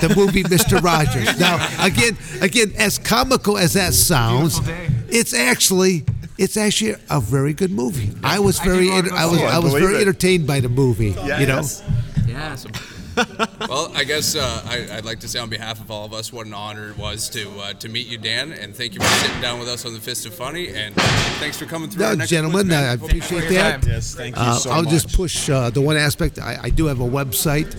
the movie Mr. Rogers. Now, again, again, as comical as that sounds,
Beautiful day.
it's actually it's actually a very good movie. I was
did
very
want
enter-
to
I was
see it.
I was
Believe
very
it.
entertained by the movie. you know,
yes.
Yeah. So,
Well, I guess uh, I, I'd like to say on behalf of all of us what an honor it was to uh, to meet you, Dan, and thank you for sitting down with us on the Fist of Funny, and thanks for coming through.
No,
our next
gentlemen,
one, man.
I
Hope you
appreciate
enjoy your
that.
time.
Yes, thank you
Uh,
so
I'll
much.
just push uh, the one aspect. I, I do have a website,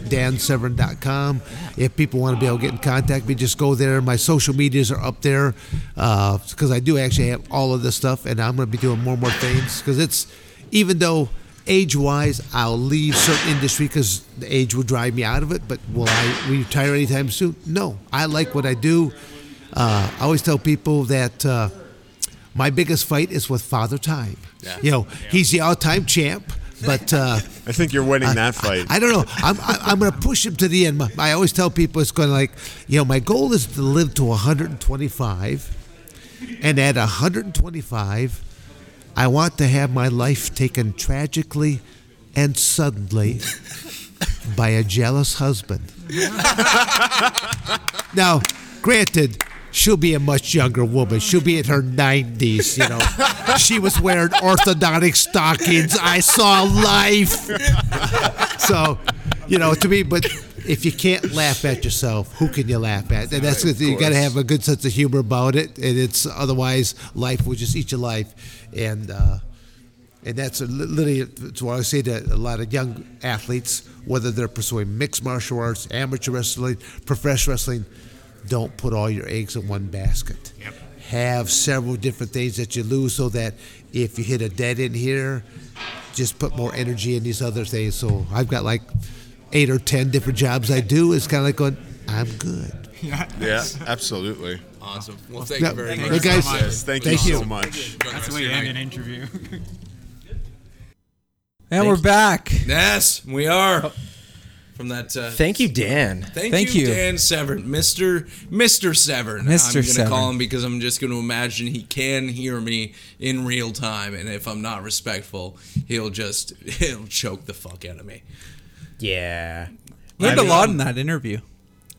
dansevern.com. If people want to be able to get in contact with me, just go there. My social medias are up there because I do actually have all of this stuff, and I'm going to be doing more and more things because it's even though age wise I'll leave certain industry because the age will drive me out of it. But will I retire anytime soon? No, I like what I do. Uh, I always tell people that. Uh, my biggest fight is with Father Time.
Yeah.
You know, he's the all-time champ, but uh,
I think you're winning that fight.
I don't know. I'm I- I'm going to push him to the end. My- I always tell people it's going to like, you know, my goal is to live to 125, and at 125, I want to have my life taken tragically and suddenly by a jealous husband. Now, granted, she'll be a much younger woman. She'll be in her 90s, you know. she was wearing orthodontic stockings. I saw life. so, you know, to me, but if you can't laugh at yourself, who can you laugh at? And that's you got to have a good sense of humor about it. And it's otherwise life will just eat your life. And, uh, and that's a, li- literally it's why I say that a lot of young athletes, whether they're pursuing mixed martial arts, amateur wrestling, professional wrestling, don't put all your eggs in one basket. Yep. Have several different things that you lose so that if you hit a dead end here, just put more energy in these other things. So I've got like eight or ten different jobs I do. It's kind of like going, I'm good.
yeah, absolutely.
Awesome. Well, thank
Yeah,
you very
thank
much.
you guys-
Yes, thank,
Thank
you,
you.
so much.
Enjoy the
that's
rest
the
of
way
your
you end
night.
an interview.
And we're back.
Yes, we are.
Oh.
From that. Uh,
Thank you, Dan.
thank,
Thank
you,
you.
Dan Severn, Mister Mister Severn.
Mr.
I'm gonna
Severn.
call him because I'm just gonna imagine he can hear me in real time, and if I'm not respectful, he'll just he'll choke the fuck out of me.
Yeah.
Learned
I
a lot in that interview.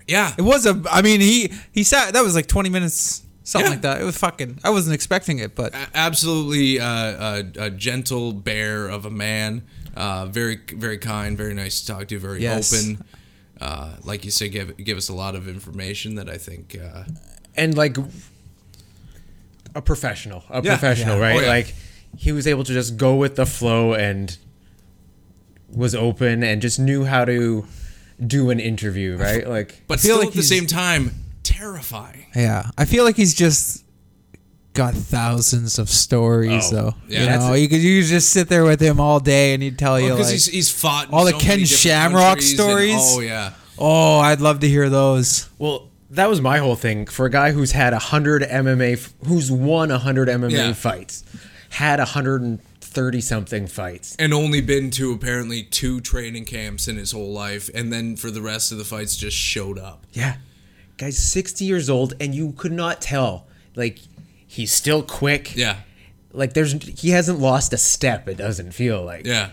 Yeah,
It was a. I mean, he he sat. That was like twenty minutes, something
Yeah.
like that. It was fucking. I wasn't expecting it, but
a- absolutely uh, a, a gentle bear of a man. Uh, very, very kind, very nice to talk to, very
Yes.
open. Uh, like you said, give, give us a lot of information that I think. Uh,
and like a professional, a
Yeah.
professional,
Yeah.
right?
Oh, yeah.
Like he was able to just go with the flow and was open and just knew how to do an interview, right? Like
but
feel
still
like
at the
he's-
same time, terrifying.
yeah, I feel like he's just got thousands of stories,
Oh,
though.
yeah.
you
That's
know, you could you could just sit there with him all day, and he'd tell you
Because
like,
he's, he's fought in
all the
so
Ken
many different
Shamrock
countries and-
stories.
oh yeah,
"Oh, I'd love to hear those."
well, that was my whole thing for a guy who's had 100 MMA f- who's won 100 MMA
Yeah.
fights had 130 something fights
and only been to apparently two training camps in his whole life, and then for the rest of the fights just showed up.
yeah guy's 60 years old and you could not tell like he's still quick
Yeah,
like there's he hasn't lost a step it doesn't feel like
yeah.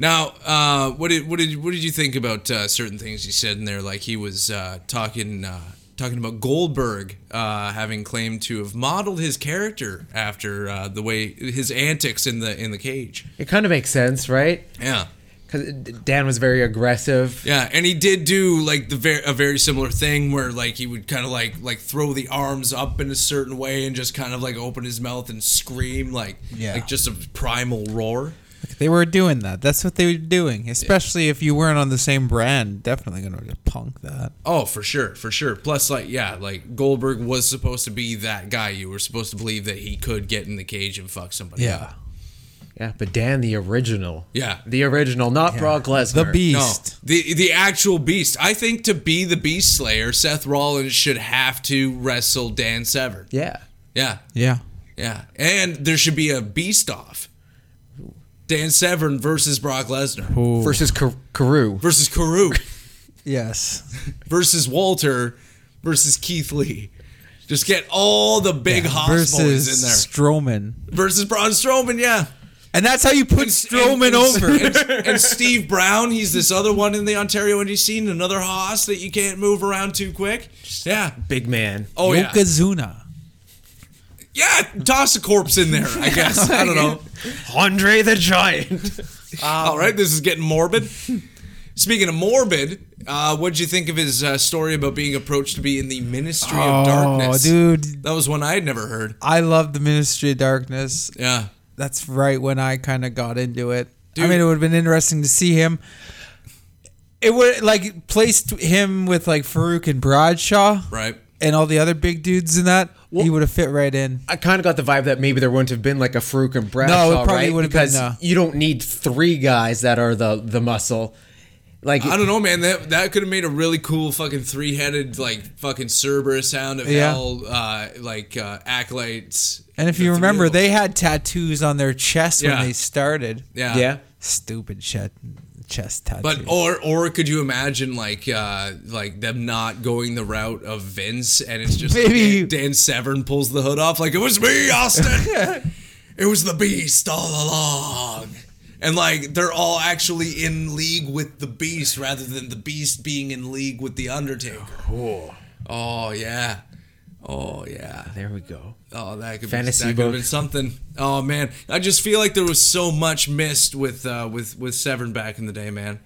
Now, uh, what did what did what did you think about uh, certain things he said in there? Like he was uh, talking uh, talking about Goldberg uh, having claimed to have modeled his character after uh, the way his antics in the in the cage.
it kind of makes sense right
Yeah.
because dan was very aggressive
Yeah, and he did do like the ver- a very similar thing where like he would kind of like like throw the arms up in a certain way and just kind of like open his mouth and scream like
Yeah.
like just a primal roar.
They were doing that. That's what they were doing. Especially if you weren't on the same brand, definitely gonna just punk that.
Oh, for sure, for sure. Plus, like yeah, like Goldberg was supposed to be that guy. You were supposed to believe that he could get in the cage and fuck somebody. up.
yeah but dan the original
Yeah.
the original not brock lesnar
The beast.
Beast. the the actual beast. I think to be the Beast Slayer, Seth Rollins should have to wrestle Dan Severn.
yeah
Yeah,
Yeah.
Yeah, and there should be a beast off. Dan Severn versus Brock Lesnar
versus Car- Carew.
versus Carew
Yes.
versus Walter versus Keith Lee. Just get all the big hoss boys in
Versus
there
Strowman.
versus Braun Strowman. Yeah,
And that's how you put Strowman
and-
over.
And, and Steve Brown, he's this other one in the Ontario indie scene, another hoss that you can't move around too quick. Yeah.
Big man.
Oh yeah.
Yokozuna.
Yeah. Toss a corpse in there. I guess. I don't know.
Andre the Giant.
All right, this is getting morbid. Speaking of morbid, uh, what'd you think of his uh, story about being approached to be in the Ministry of Darkness?
Oh, dude.
That was one I had never heard.
I love the Ministry of Darkness.
Yeah.
That's right when I kind of got into it. I
Dude.
mean, it would have been interesting to see him. It would like placed him with like Farouk and Bradshaw,
Right.
and all the other big dudes in that. he would have fit right in.
I kind of got the vibe that maybe there wouldn't have been like a Farouk and Bradshaw,
probably
right?
would have
because
been, uh,
you don't need three guys that are the the muscle. Like
I don't know, man. That that could have made a really cool fucking three headed like fucking Cerberus sound of
Yeah.
hell, uh, like uh, acolytes.
And if
The
you
three
remember,
of them.
they had tattoos on their chest
Yeah.
when they started.
yeah
yeah.
Stupid chest chest tattoos.
But oh or or could you imagine like uh like them not going the route of Vince and it's just
Maybe-
Dan, Dan Severn pulls the hood off like it was me, Austin. it was the beast all along. And like they're all actually in league with the beast rather than the beast being in league with the Undertaker. Oh yeah. Oh yeah.
There we go.
Oh, that could
Fantasy
be that could have
book.
been something. Oh man, I just feel like there was so much missed with uh, with with Severn back in the day, man.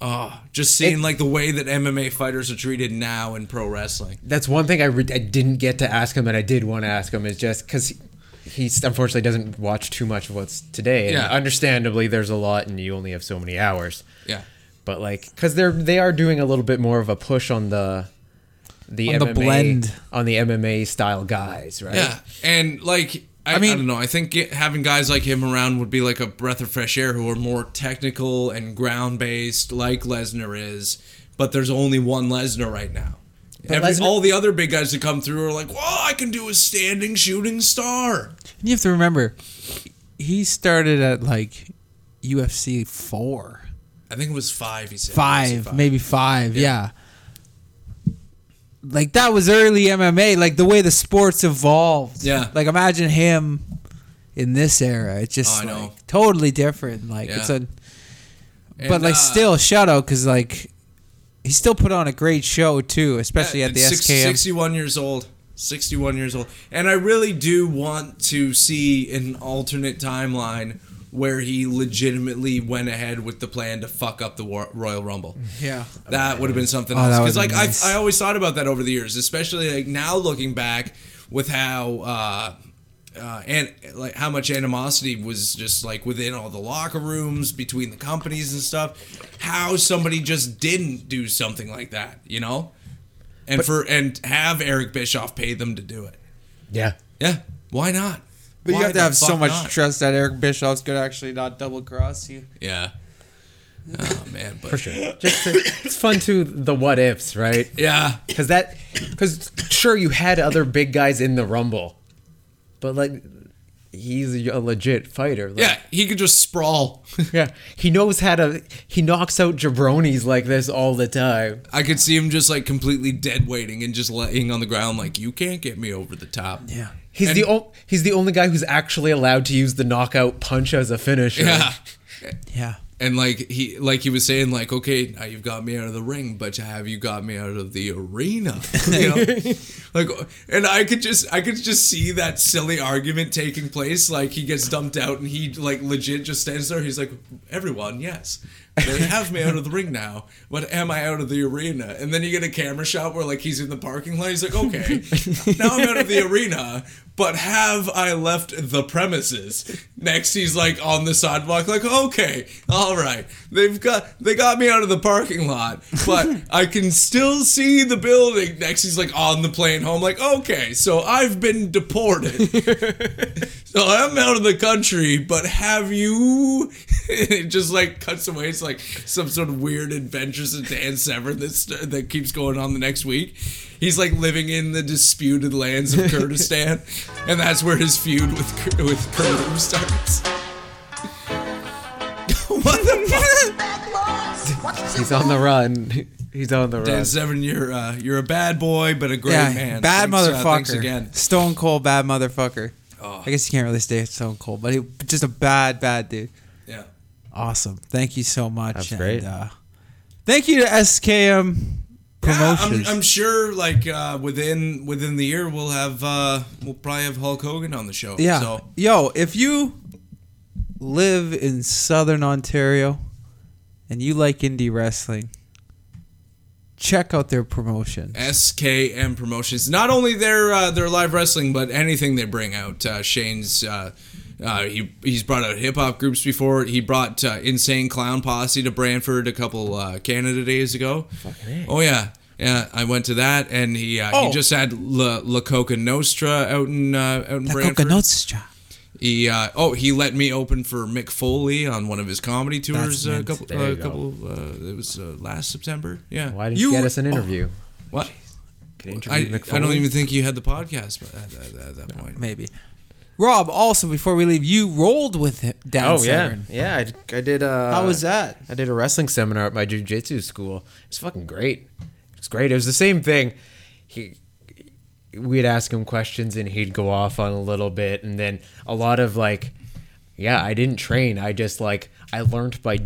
Oh, just seeing
It-
like the way that MMA fighters are treated now in pro wrestling.
That's one thing I, re- I didn't get to ask him, and I did want to ask him is just because he, he unfortunately doesn't watch too much of what's today. And
Yeah.
Understandably, there's a lot, and you only have so many hours.
Yeah,
but like because they're they are doing a little bit more of a push on the the
On the
MMA,
blend.
on the MMA style guys, right?
yeah, and like. I, I
mean-
don't know. I think it- having guys like him around would be like a breath of fresh air who are more technical and ground based, like Lesnar is. But there's only one Lesnar right now. Every,
Lesnar-
all the other big guys that come through are like, "Well, I can do a standing shooting star."
And you have to remember, he started at like UFC four,
I think it was five. He said
five, maybe five. Yeah. Like that was early MMA. Like the way the sports evolved.
Yeah.
Like imagine him in this era. It's just
Oh, I
like,
know.
totally different. Like
Yeah.
it's a.
And,
but like
uh,
still shout out because like he still put on a great show too especially at the
six-
skm
61 years old. 61 years old. And I really do want to see an alternate timeline where he legitimately went ahead with the plan to fuck up the War- Royal Rumble.
yeah
That would have been something
Oh,
else.
that
Because
would've
like
been nice.
I, I always thought about that over the years, especially like now looking back with how uh, uh, and like how much animosity was just like within all the locker rooms between the companies and stuff. How somebody just didn't do something like that, you know, and for and have Eric Bischoff pay them to do it.
yeah.
Yeah, why not?
but you
Why
have to
the
have so
fuck
much
not?
trust that eric bischoff's gonna actually not double cross you
Yeah. Oh man, but
Just to- it's fun too the what ifs, right?
yeah,
Because that Because sure, you had other big guys in the Rumble, but like he's a legit fighter. Like,
Yeah, he could just sprawl.
yeah. He knows how to. He knocks out jabronis like this all the time.
I could see him just like completely dead weighting and just laying on the ground like you can't get me over the top. Yeah.
He's the
only
o- he's the only guy who's actually allowed to use the knockout punch as a finisher.
Yeah.
Yeah.
And like he like he was saying like okay now you've got me out of the ring but have you got me out of the arena you know like and I could just I could just see that silly argument taking place like he gets dumped out and he like legit just stands there he's like everyone yes they have me out of the ring now but am I out of the arena and then you get a camera shot where like he's in the parking lot he's like okay now I'm out of the arena but have I left the premises? Next, he's like on the sidewalk, like, okay, all right, they've got they got me out of the parking lot, but I can still see the building. Next, he's like on the plane home, like, okay, so I've been deported, so I'm out of the country, but have you? it just like cuts away. It's like some sort of weird adventures of Dan Severn that's, that keeps going on the next week. He's like living in the disputed lands of Kurdistan, and that's where his feud with Kur- with Kurdum starts. what the fuck?
He's on the run. He's on the
Dan
run.
Severn, you're uh, you're a bad boy, but a great
yeah,
man.
bad
Thanks,
motherfucker.
uh, thanks again. Oh.
Stone Cold, bad motherfucker. I guess you can't really stay Stone Cold, but he just a bad, bad dude.
Yeah.
Awesome. Thank you so much.
That's
and,
great.
Uh, thank you to SKM
Yeah,
Promotions.
Ah, I'm, I'm sure, like uh, within within the year, we'll have uh, we'll probably have Hulk Hogan on the show.
Yeah.
So
Yo, if you live in Southern Ontario and you like indie wrestling, check out their promotion.
SKM Promotions. Not only their uh, their live wrestling, but anything they bring out. Uh, Shane's uh, uh, he he's brought out hip hop groups before. He brought uh, Insane Clown Posse to Brantford a couple uh, Canada days ago. Oh yeah. Yeah, I went to that, and he uh, he
Oh.
just had La, La Coca Nostra out in uh, out in
The
Brantford.
coconuts job.
He uh, oh he let me open for Mick Foley on one of his comedy tours uh, a
mint.
couple
There
a
you go.
couple uh, it was uh, last September yeah
Why didn't you, get us an interview?
what
Get an
Oh. I, I
interview with Mick
don't
Foley?
even think you had the podcast but at, at, at that point
Maybe. Rob, also before we leave, you rolled with him down
Oh yeah,
Severn.
yeah. I, I did. Uh,
How was that?
I did a wrestling seminar at my jujitsu school. It's fucking great. It's great. It was the same thing. He, we'd ask him questions and he'd go off on a little bit, and then a lot of like, yeah, I didn't train. I just like I learned by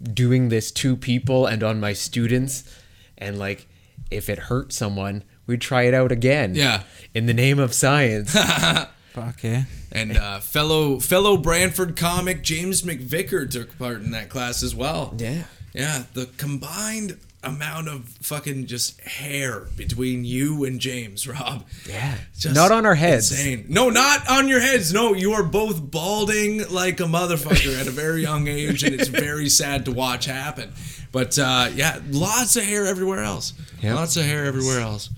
doing this to people and on my students, and like if it hurt someone, we'd try it out again.
Yeah.
In the name of science.
Fuck yeah.
and uh, fellow fellow Brantford comic James McVicker took part in that class as well
Yeah.
yeah the combined amount of fucking just hair between you and James Rob
yeah.
Just
Not on our heads.
Insane. No, not on your heads. No, you are both balding like a motherfucker at a very young age, and it's very sad to watch happen. But uh, yeah, lots of hair everywhere else.
Yep.
Lots of hair everywhere else.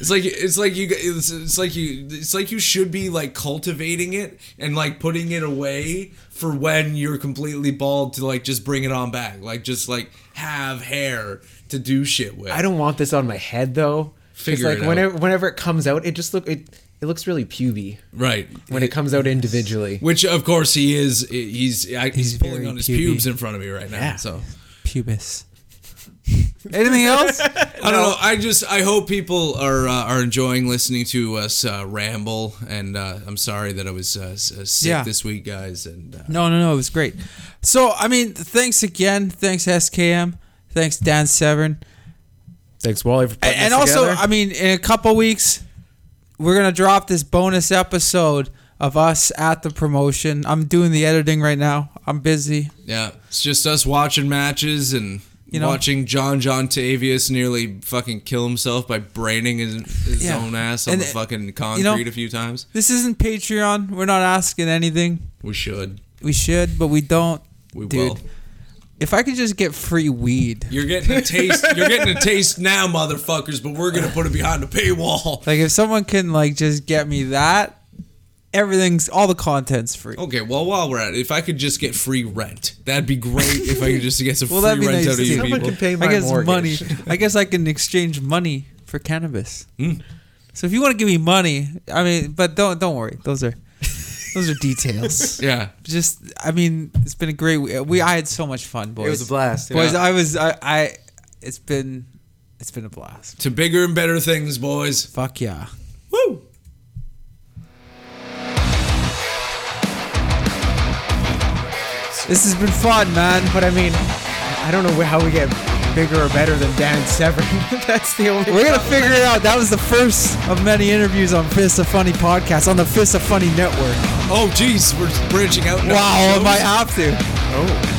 It's like it's like you it's, it's like you it's like you should be like cultivating it and like putting it away for when you're completely bald to like just bring it on back like just like have hair to do shit with.
I don't want this on my head though. 'Cause,
Figure
like
it out.
whenever whenever it comes out, it just look it it looks really puby
right
when it comes out individually.
Which of course he is. He's he's,
He's
pulling
very
on his
puby.
pubes in front of me right now.
Yeah.
So
Pubis. Anything else?
I don't know. I just I hope people are uh, are enjoying listening to us uh, ramble. And uh, I'm sorry that I was uh, s- uh, sick
Yeah.
this week, guys. And uh,
No, no, no. It was great. So, I mean, thanks again. Thanks, SKM. Thanks, Dan Severn.
Thanks, Wally, for putting
and
this
also,
together.
I mean, in a couple weeks, we're gonna drop this bonus episode of us at the promotion. I'm doing the editing right now. I'm busy.
yeah, it's just us watching matches and.
You know-
watching John John Tavius nearly fucking kill himself by braining his, his
Yeah.
own ass on
And,
the
uh,
fucking concrete
you know-
a few times.
This isn't Patreon. We're not asking anything.
We should.
We should, but we don't.
We
Dude,
will.
If I could just get free weed,
You're getting a taste. You're getting a taste now, motherfuckers. But we're gonna put it behind a paywall.
like if someone can like just get me that, everything's all the content's free.
Okay, well, while we're at it, if I could just get free rent, that'd be great. if I could just get some
Well,
free
that'd
rent
be nice
out of you
too.
Someone
people.
can pay my
I guess
mortgage.
money. I guess I can exchange money for cannabis.
Mm.
So if you want to give me money, I mean, but don't don't worry. Those are those are details.
Yeah.
Just, I mean, it's been a great. We, we I had so much fun, boys.
was a blast,
boys.
yeah.
I was, I, I, it's been, it's been a blast.
To bigger and better things, boys.
Fuck yeah.
Woo!
This has been fun, man.
But I mean, I don't know how we get bigger or better than Dan Severn. That's the only.
We're gonna figure it out. That was the first of many interviews on Fist of Funny podcast on the Fist of Funny network.
Oh, geez, we're branching out. now.
Wow,
Shows?
am I have to?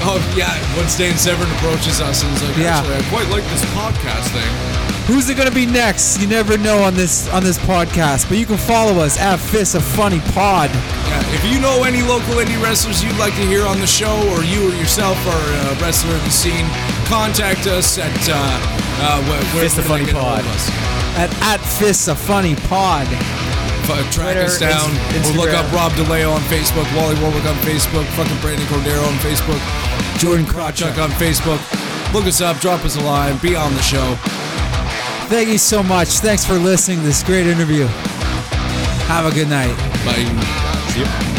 Oh, yeah. Once Dan Severn approaches us and is like,
Yeah.
actually, I quite like this podcast thing.
Who's it gonna be next? You never know on this on this podcast. But you can follow us at Fist of Funny Pod.
Yeah. If you know any local indie wrestlers you'd like to hear on the show, or you or yourself are a wrestler in the scene, contact us at uh, uh, where, where's
Fist of Funny Pod.
Us?
At at Fist of Funny Pod.
F- uh, track
Twitter,
us down.
Inst-
Or look
Instagram.
up Rob DeLeo on Facebook, Wally Warwick on Facebook, fucking Brandon Cordero on Facebook, Jordan Krawchuk on Facebook. Look us up, drop us a line, be on the show.
Thank you so much. Thanks for listening to this great interview. Have a good night.
Bye.
Yep.